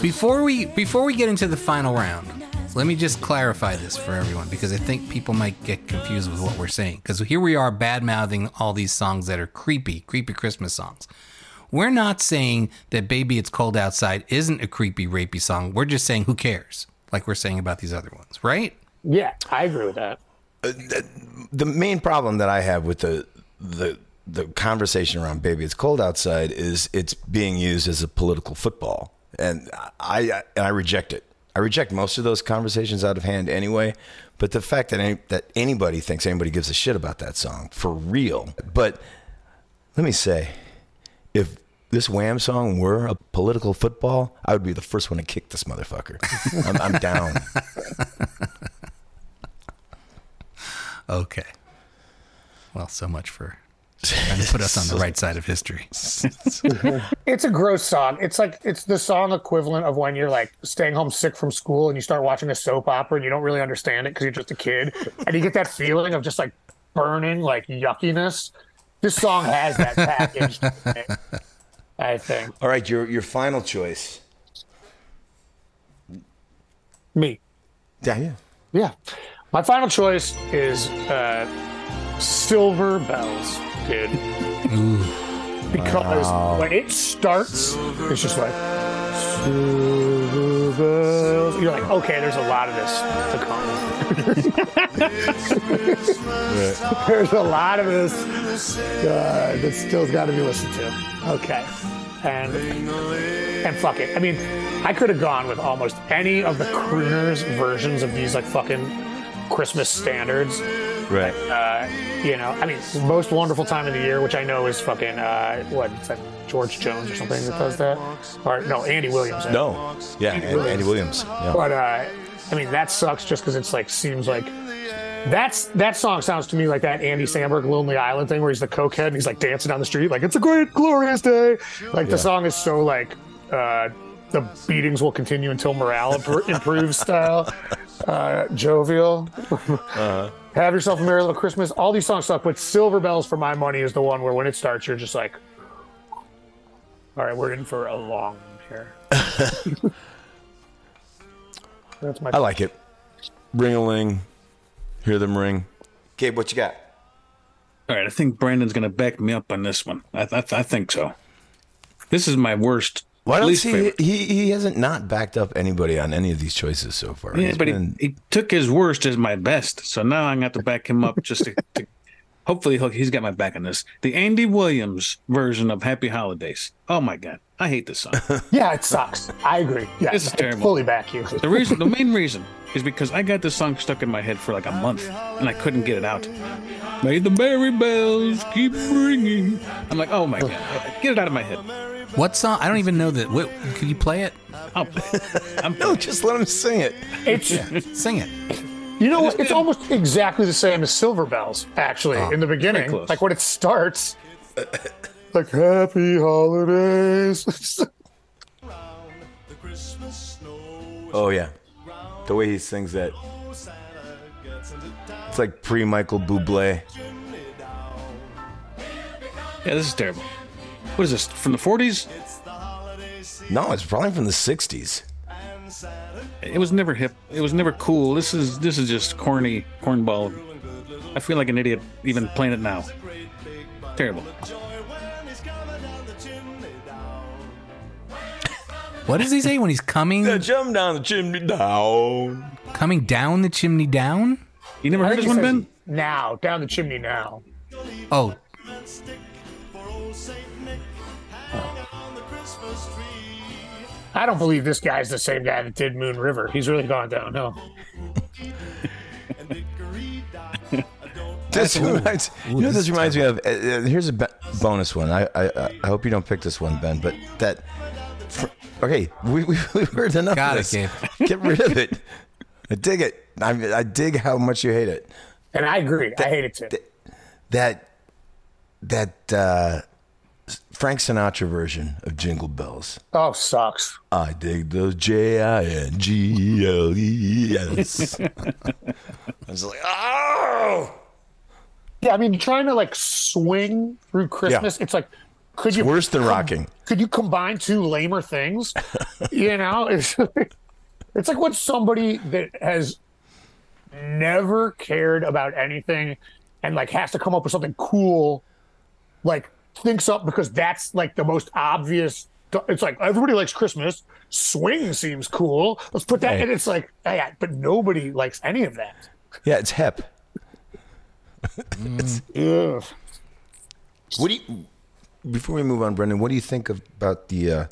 [SPEAKER 6] Before we before we get into the final round, let me just clarify this for everyone because I think people might get confused with what we're saying. Because here we are bad mouthing all these songs that are creepy, creepy Christmas songs. We're not saying that "Baby It's Cold Outside" isn't a creepy, rapey song. We're just saying who cares, like we're saying about these other ones, right?
[SPEAKER 11] Yeah, I agree with that.
[SPEAKER 4] the main problem that I have with the the the conversation around "Baby, It's Cold Outside" is it's being used as a political football, and I, I and I reject it. I reject most of those conversations out of hand anyway. But the fact that any, that anybody thinks anybody gives a shit about that song for real, but let me say, if this Wham song were a political football, I would be the first one to kick this motherfucker. I'm, I'm down.
[SPEAKER 6] Okay. Well, so much for trying to put us on the right side of history.
[SPEAKER 11] it's a gross song. It's like it's the song equivalent of when you're like staying home sick from school and you start watching a soap opera and you don't really understand it because you're just a kid and you get that feeling of just like burning like yuckiness. This song has that package. I think.
[SPEAKER 4] All right, your your final choice.
[SPEAKER 11] Me.
[SPEAKER 4] Yeah, yeah.
[SPEAKER 11] Yeah. My final choice is uh, Silver Bells, dude. Because when it starts, it's just like Silver Bells. You're like, okay, there's a lot of this to come. there's a lot of this uh, that still's got to be listened to. Okay, and and fuck it. I mean, I could have gone with almost any of the crooners versions of these like fucking Christmas standards.
[SPEAKER 4] Right.
[SPEAKER 11] Uh, you know, I mean, most wonderful time of the year, which I know is fucking uh, what it's like George Jones or something that does that, or no, Andy Williams. I
[SPEAKER 4] No. Yeah,
[SPEAKER 11] Andy
[SPEAKER 4] Andy,
[SPEAKER 11] Williams.
[SPEAKER 4] Andy Williams. Yeah.
[SPEAKER 11] But uh, I mean, that sucks just because it's like seems like that's that song sounds to me like that Andy Samberg Lonely Island thing where he's the cokehead and he's like dancing down the street like it's a great glorious day. Like
[SPEAKER 4] Yeah.
[SPEAKER 11] the song is so like uh, the beatings will continue until morale impro- improves style, uh, jovial.
[SPEAKER 4] Uh-huh.
[SPEAKER 11] Have yourself a merry little Christmas. All these songs suck, but Silver Bells for my money is the one where when it starts you're just like, all right, we're in for a long one here. That's my.
[SPEAKER 4] I like it. Ring a ling. Hear them ring. Gabe, what you got?
[SPEAKER 5] All right, I think Brandon's going to back me up on this one. I, I, I think so. This is my worst,
[SPEAKER 4] Why don't
[SPEAKER 5] least
[SPEAKER 4] he,
[SPEAKER 5] favorite.
[SPEAKER 4] he he hasn't not backed up anybody on any of these choices so far.
[SPEAKER 5] Yeah,
[SPEAKER 4] He's
[SPEAKER 5] but
[SPEAKER 4] been-
[SPEAKER 5] he, he took his worst as my best, so now I'm going to have to back him up just to. to hopefully, he'll- he's got my back on this. The Andy Williams version of Happy Holidays. Oh my God, I hate this song.
[SPEAKER 11] Yeah, it sucks. I agree. Yeah,
[SPEAKER 5] This is
[SPEAKER 11] I
[SPEAKER 5] terrible.
[SPEAKER 11] Fully back you.
[SPEAKER 5] The reason, the main reason, is because I got this song stuck in my head for like a month, and I couldn't get it out. May the merry bells keep ringing. I'm like, oh my god, get it out of my head.
[SPEAKER 6] What song? I don't even know that. What, could you play it?
[SPEAKER 5] I'll play it. I'm
[SPEAKER 4] no, just let him sing it.
[SPEAKER 11] It's
[SPEAKER 6] Sing it.
[SPEAKER 11] you know what? It's almost exactly the same as Silver Bells, actually,
[SPEAKER 4] Ah,
[SPEAKER 11] in the beginning.
[SPEAKER 5] close.
[SPEAKER 11] Like when it starts, like Happy Holidays.
[SPEAKER 4] Oh yeah, the way he sings that. It's like pre Michael Bublé.
[SPEAKER 5] Yeah, this is terrible. What is this from the 40s?
[SPEAKER 4] No, it's probably from the '60s.
[SPEAKER 5] It was never hip. It was never cool. This is this is just corny cornball. I feel like an idiot even playing it now. Terrible.
[SPEAKER 6] What does he say when he's coming?
[SPEAKER 4] jump down the chimney down.
[SPEAKER 6] Coming down the chimney down?
[SPEAKER 5] You never
[SPEAKER 11] I
[SPEAKER 5] heard
[SPEAKER 11] think
[SPEAKER 5] this
[SPEAKER 11] he
[SPEAKER 5] one,
[SPEAKER 11] says,
[SPEAKER 5] Ben?
[SPEAKER 11] Now, down the chimney now.
[SPEAKER 6] Oh,
[SPEAKER 11] I don't believe this guy's the same guy that did Moon River. He's really gone downhill.
[SPEAKER 4] This reminds, you know, this reminds me of. Uh, uh, here's a be- bonus one. I, I I- I hope you don't pick this one, Ben. But that. fr- okay, we we we've heard enough.
[SPEAKER 6] Got
[SPEAKER 4] of
[SPEAKER 6] it,
[SPEAKER 4] this. Get rid of it. I dig it. I I dig how much you hate it.
[SPEAKER 11] And I agree. I hate it too.
[SPEAKER 4] That that uh, Frank Sinatra version of Jingle Bells.
[SPEAKER 11] oh, sucks.
[SPEAKER 4] I dig those J I N G L E S. I was like, oh,
[SPEAKER 11] Yeah, I mean, trying to like swing through Christmas, it's like, could you
[SPEAKER 4] worse than rocking.
[SPEAKER 11] could you combine two lamer things? you know, it's it's like when somebody that has never cared about anything and like has to come up with something cool, like thinks up because that's like the most obvious. It's like everybody likes Christmas. Swing seems cool. Let's put that.
[SPEAKER 4] Right.
[SPEAKER 11] And it's like, yeah, but nobody likes any of that.
[SPEAKER 4] Yeah, it's hep.
[SPEAKER 11] Ugh.
[SPEAKER 4] What do you? Before we move on, Brendan, what do you think of, about the uh,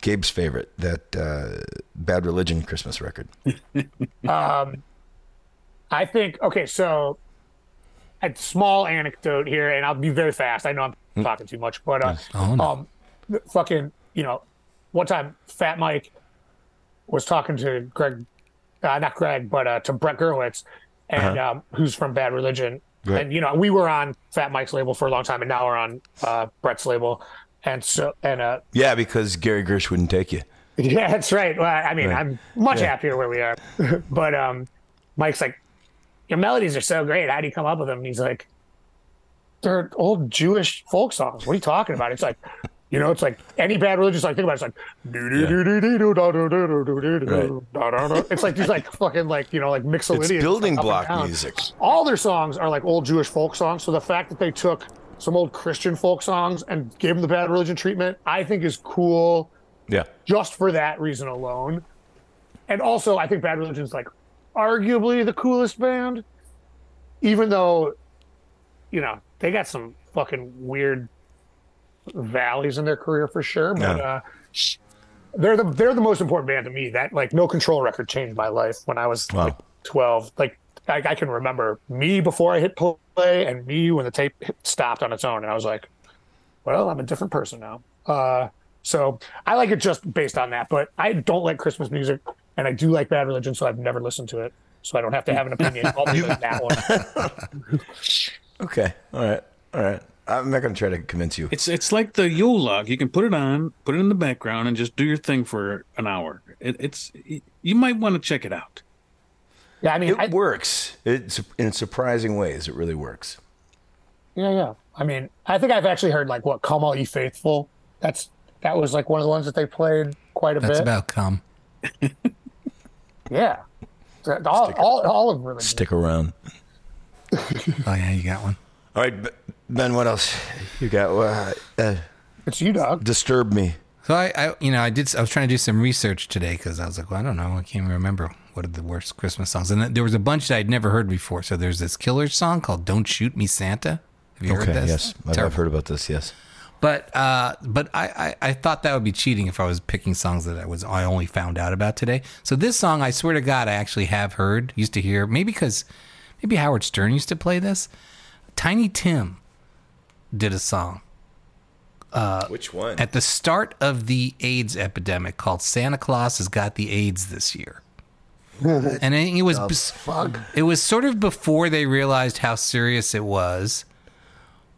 [SPEAKER 4] Gabe's favorite, that uh, Bad Religion Christmas record?
[SPEAKER 11] um, I think okay. So, a small anecdote here, and I'll be very fast. I know I'm talking too much, but uh,
[SPEAKER 6] Oh, no.
[SPEAKER 11] um, fucking, you know, one time Fat Mike was talking to Greg, uh, not Greg, but uh, to Brett Gerwitz, and
[SPEAKER 14] Uh-huh.
[SPEAKER 11] um, who's from Bad Religion.
[SPEAKER 14] Right.
[SPEAKER 11] And you know, we were on Fat Mike's label for a long time, and now we're on uh, Brett's label. And so, and uh,
[SPEAKER 4] Yeah, because Gary Gersh wouldn't take you.
[SPEAKER 11] yeah, that's right. Well, I mean,
[SPEAKER 4] Right.
[SPEAKER 11] I'm much
[SPEAKER 4] Yeah.
[SPEAKER 11] happier where we are. but um, Mike's like, your melodies are so great. How do you come up with them? And he's like, they're old Jewish folk songs. What are you talking about? It's like, you know, it's like any bad religion's like, think about it. It's like, do-do-do-do-do-do-do-do-do-do-do-do-do-do-do-do-do-do. it's like these like fucking like, you know, like mixolydian.
[SPEAKER 4] It's building
[SPEAKER 11] stuff Oh, up and
[SPEAKER 4] block
[SPEAKER 11] down.
[SPEAKER 4] music.
[SPEAKER 11] All their songs are like old Jewish folk songs. So the fact that they took some old Christian folk songs and gave them the bad religion treatment, I think is cool
[SPEAKER 4] Yeah.
[SPEAKER 11] just for that reason alone. And also, I think Bad Religion's like arguably the coolest band, even though, you know, they got some fucking weird valleys in their career for sure. But
[SPEAKER 14] Yeah.
[SPEAKER 11] uh, they're the they're the most important band to me. That like No Control record changed my life when I was like twelve. Like I, I can remember me before I hit play and me when the tape hit- stopped on its own, and I was like, well, I'm a different person now. Uh, so I like it just based on that, but I don't like Christmas music, and I do like Bad Religion, so I've never listened to it, so I don't have to have an opinion on that one.
[SPEAKER 4] Okay. All right. All right. I'm not going to try to convince you.
[SPEAKER 5] It's it's like the Yule log. You can put it on, put it in the background, and just do your thing for an hour. It, it's you might want to check it out.
[SPEAKER 11] Yeah, I mean,
[SPEAKER 4] it works. It's in surprising ways. It really works.
[SPEAKER 11] Yeah, yeah. I mean, I think I've actually heard like what "Come All Ye Faithful." That's that was like one of the ones that they played quite a
[SPEAKER 6] That's
[SPEAKER 11] bit.
[SPEAKER 6] about come.
[SPEAKER 11] yeah, That- all, all all of really.
[SPEAKER 4] Stick around.
[SPEAKER 6] oh yeah, you got one.
[SPEAKER 4] All right, B- Ben. What else you got? Uh, uh,
[SPEAKER 11] it's you, dog.
[SPEAKER 4] Disturb me.
[SPEAKER 6] So I, I, you know, I did. I was trying to do some research today because I was like, well, I don't know, I can't remember what are the worst Christmas songs. And th- there was a bunch that I'd never heard before. So there's this killer song called "Don't Shoot Me, Santa." Have you
[SPEAKER 4] okay.
[SPEAKER 6] heard this?
[SPEAKER 4] Yes, I've, I've
[SPEAKER 6] Terrible.
[SPEAKER 4] heard about this. Yes.
[SPEAKER 6] But uh, but I, I, I thought that would be cheating if I was picking songs that I was I only found out about today. So this song, I swear to God, I actually have heard, used to hear, maybe because maybe Howard Stern used to play this. Tiny Tim did a song. Uh,
[SPEAKER 4] Which one?
[SPEAKER 6] At the start of the AIDS epidemic, called "Santa Claus Has Got the AIDS This Year." and it, it was
[SPEAKER 14] The
[SPEAKER 6] bes- it was sort of before they realized how serious it was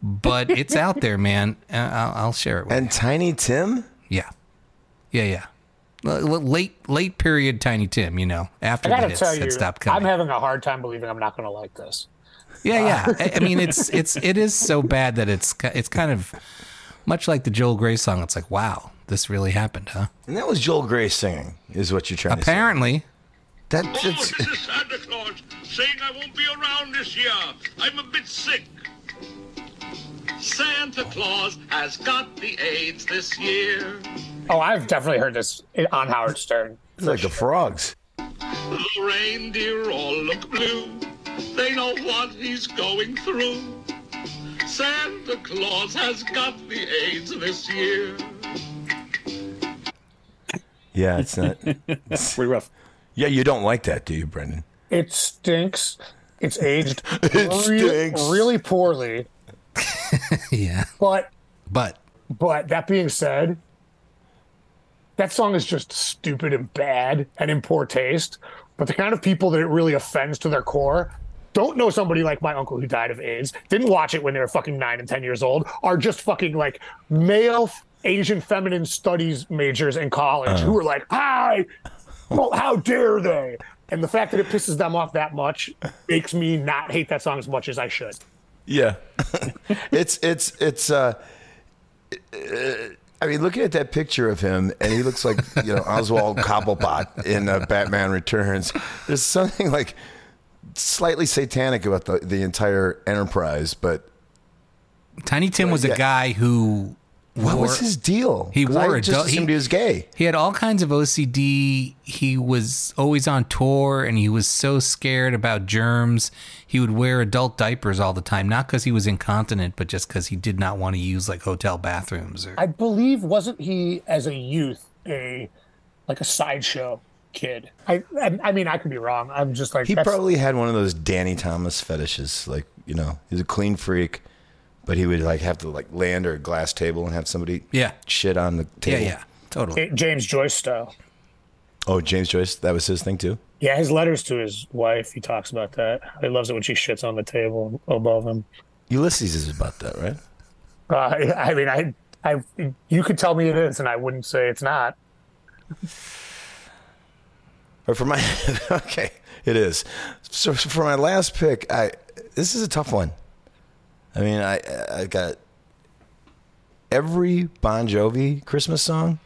[SPEAKER 6] but it's out there man I- i'll, I'll share it with
[SPEAKER 4] and tiny tim
[SPEAKER 6] yeah yeah yeah L- l- late late period tiny tim you know
[SPEAKER 11] I
[SPEAKER 6] after the
[SPEAKER 11] gotta
[SPEAKER 6] hits
[SPEAKER 11] tell you,
[SPEAKER 6] had stopped
[SPEAKER 11] I'm
[SPEAKER 6] coming
[SPEAKER 11] having a hard time believing I'm not going to like this.
[SPEAKER 6] yeah yeah I, I mean it's it's it is so bad that it's ki- it's kind of much like the joel gray song it's like wow this really happened huh
[SPEAKER 4] And that was Joel Gray singing, is what you're trying
[SPEAKER 6] apparently
[SPEAKER 4] to say. That, that's
[SPEAKER 15] Santa Claus saying I won't be around this year. I'm a bit sick. Santa Claus has got the AIDS this year.
[SPEAKER 11] Oh, I've definitely heard this on Howard Stern.
[SPEAKER 4] It's like the frogs.
[SPEAKER 15] The reindeer all look blue. They know what he's going through. Santa Claus has got the AIDS this year.
[SPEAKER 4] Yeah, it's not. it's pretty rough. Yeah, you don't like that, do you, Brendan?
[SPEAKER 11] It stinks. It's aged
[SPEAKER 4] It
[SPEAKER 11] re-
[SPEAKER 4] stinks.
[SPEAKER 11] really poorly.
[SPEAKER 6] yeah.
[SPEAKER 11] But
[SPEAKER 6] but
[SPEAKER 11] but that being said, that song is just stupid and bad and in poor taste. But the kind of people that it really offends to their core don't know somebody like my uncle who died of AIDS, didn't watch it when they were fucking nine and ten years old, are just fucking like male Asian feminine studies majors in college
[SPEAKER 14] Uh-huh.
[SPEAKER 11] who are like, hi, well, how dare they? And the fact that it pisses them off that much makes me not hate that song as much as I should.
[SPEAKER 4] Yeah. it's it's it's uh uh, I mean, looking at that picture of him, and he looks like you know Oswald Cobblepot in uh, Batman Returns. There's something like slightly satanic about the, the entire enterprise. But
[SPEAKER 6] Tiny Tim was
[SPEAKER 4] Yeah.
[SPEAKER 6] a guy who.
[SPEAKER 4] What was his deal?
[SPEAKER 6] He
[SPEAKER 4] 'Cause I
[SPEAKER 6] wore a
[SPEAKER 4] just
[SPEAKER 6] du-
[SPEAKER 4] assumed he was gay.
[SPEAKER 6] He had all kinds of OCD. He was always on tour, and he was so scared about germs. He would wear adult diapers all the time, not because he was incontinent, but just because he did not want to use like hotel bathrooms. Or
[SPEAKER 11] I believe wasn't he as a youth a like a sideshow kid? I I, I mean I could be wrong. I'm just like
[SPEAKER 4] he
[SPEAKER 11] that's-
[SPEAKER 4] probably had one of those Danny Thomas fetishes, like you know, he's a clean freak, But he would like have to like lay under a glass table and have somebody
[SPEAKER 6] Yeah.
[SPEAKER 4] shit on the table.
[SPEAKER 11] Eh, James Joyce style.
[SPEAKER 4] Oh, James Joyce, that was his thing too.
[SPEAKER 11] Yeah, his letters to his wife, he talks about that. He loves it when she shits on the table above him.
[SPEAKER 4] Ulysses is about that, right?
[SPEAKER 11] Uh, I I mean, I, I, you could tell me it is, and I wouldn't say it's not.
[SPEAKER 4] But for my okay, it is. So for my last pick, I this is a tough one. I mean, I I got every Bon Jovi Christmas song.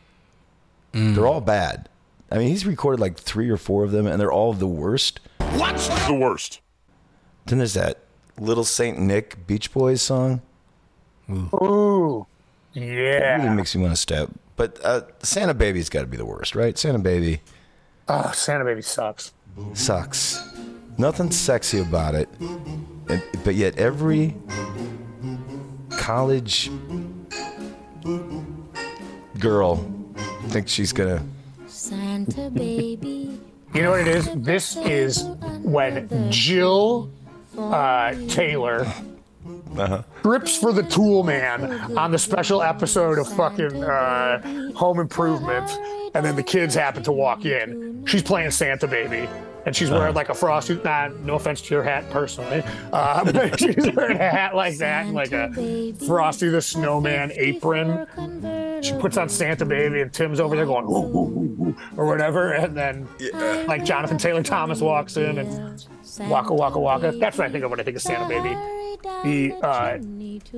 [SPEAKER 4] They're all bad. I mean, he's recorded like three or four of them, and they're all the worst.
[SPEAKER 15] What's the worst?
[SPEAKER 4] Then there's that Little Saint Nick Beach Boys song.
[SPEAKER 11] Ooh,
[SPEAKER 4] It really
[SPEAKER 11] yeah.
[SPEAKER 4] makes me want to step. But uh, Santa Baby's got to be the worst, right? Santa Baby
[SPEAKER 11] Oh, Santa Baby sucks.
[SPEAKER 4] sucks. Nothing sexy about it. And, but yet every college girl thinks she's gonna.
[SPEAKER 13] Santa baby.
[SPEAKER 11] You know what it is? This is when Jill uh, Taylor
[SPEAKER 4] Uh-huh.
[SPEAKER 11] rips for the Tool Man on the special episode of fucking uh, Home Improvement, and then the kids happen to walk in. She's playing Santa Baby, and she's wearing like a frosted. Nah, no offense to your hat, personally, uh, but she's wearing a hat like that, and, like a Frosty the Snowman apron. She puts on Santa Baby, and Tim's over there going "Ooh, ooh, ooh, ooh," or whatever, and then like Jonathan Taylor Thomas walks in and waka waka waka. That's what I think of when I think of Santa Baby the uh,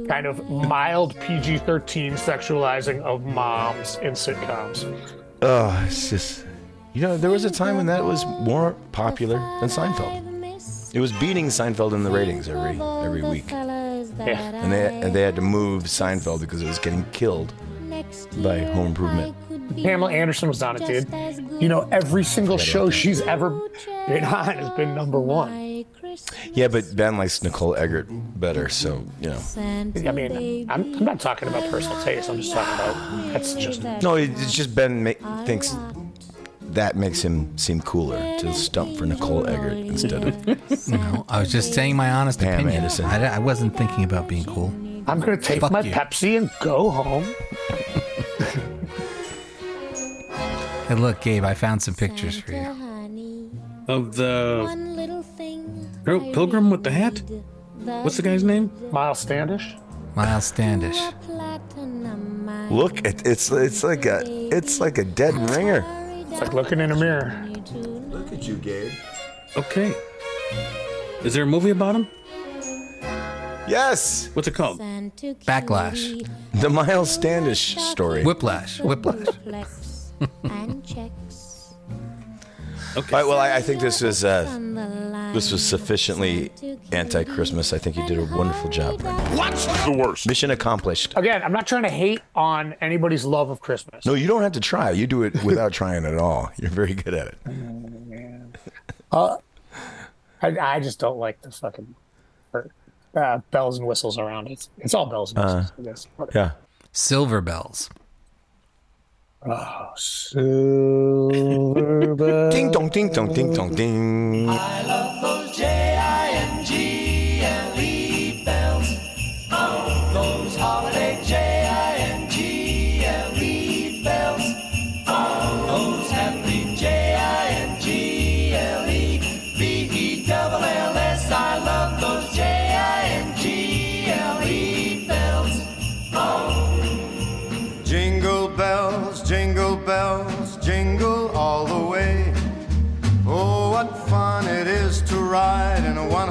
[SPEAKER 11] kind of mild PG 13 sexualizing of moms in sitcoms.
[SPEAKER 4] Oh, it's just. You know, there was a time when that was more popular than Seinfeld. It was beating Seinfeld in the ratings every every week,
[SPEAKER 13] Yeah.
[SPEAKER 4] and they and they had to move Seinfeld because it was getting killed by Home Improvement.
[SPEAKER 11] Pamela Anderson was on it, dude. You know, every single show she's ever been on has been number one.
[SPEAKER 4] Yeah, but Ben likes Nicole Eggert better, so you know.
[SPEAKER 11] I mean, I'm, I'm not talking about personal taste. I'm just talking about that's just.
[SPEAKER 4] No, it- it's just Ben ma- thinks that makes him seem cooler to stump for Nicole Eggert instead of
[SPEAKER 6] No, I was just saying my honest
[SPEAKER 4] Pam
[SPEAKER 6] opinion.
[SPEAKER 4] Anderson.
[SPEAKER 6] I, I wasn't thinking about being cool.
[SPEAKER 11] I'm going to take
[SPEAKER 6] Fuck
[SPEAKER 11] my
[SPEAKER 6] you.
[SPEAKER 11] Pepsi and go home.
[SPEAKER 6] Hey, look, Gabe, I found some pictures for you.
[SPEAKER 5] Of the
[SPEAKER 13] One little thing.
[SPEAKER 5] Pil- pilgrim with the hat? What's the guy's name?
[SPEAKER 11] Miles Standish.
[SPEAKER 6] Miles Standish.
[SPEAKER 4] Look, it, it's it's like a it's like a dead ringer.
[SPEAKER 11] It's like looking in a mirror.
[SPEAKER 2] Look at you, Gabe.
[SPEAKER 5] Okay. Is there a movie about him?
[SPEAKER 4] Yes.
[SPEAKER 5] What's it called?
[SPEAKER 6] Backlash.
[SPEAKER 4] The Miles Standish story.
[SPEAKER 6] Whiplash. Whiplash.
[SPEAKER 13] and checks
[SPEAKER 4] All right, well, I, I think this was uh, this was sufficiently anti-Christmas. I think you did a wonderful job. What's the worst? Mission accomplished.
[SPEAKER 11] Again, I'm not trying to hate on anybody's love of Christmas.
[SPEAKER 4] No, you don't have to try. You do it without trying at all. You're very good at it.
[SPEAKER 11] Uh, I, I just don't like the fucking or, uh, bells and whistles around it. It's all bells and
[SPEAKER 6] Uh,
[SPEAKER 11] whistles. I guess.
[SPEAKER 4] Yeah.
[SPEAKER 6] Silver bells.
[SPEAKER 11] Oh, silver bells.
[SPEAKER 4] Ding dong, ding dong, ding dong, ding.
[SPEAKER 10] Those J-I-N-G-L-E bells. Oh, those holiday J-I-N-G-L-E E bells. Oh, those happy J-I-N-G-L-E E B-E-double-L-S. I love those J-I-N-G-L-E E bells.
[SPEAKER 14] Jingle bells, jingle bells, jingle all the way. Oh, what fun it is to ride in a one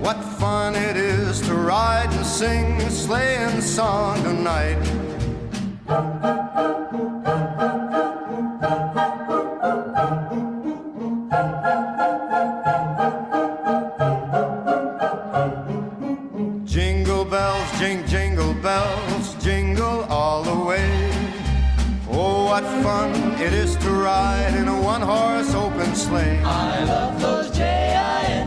[SPEAKER 14] What fun it is to ride and sing a sleighing song tonight. Jingle bells, jing, jingle bells, Oh, what fun it is to ride in a one horse open sleigh. I love those J I N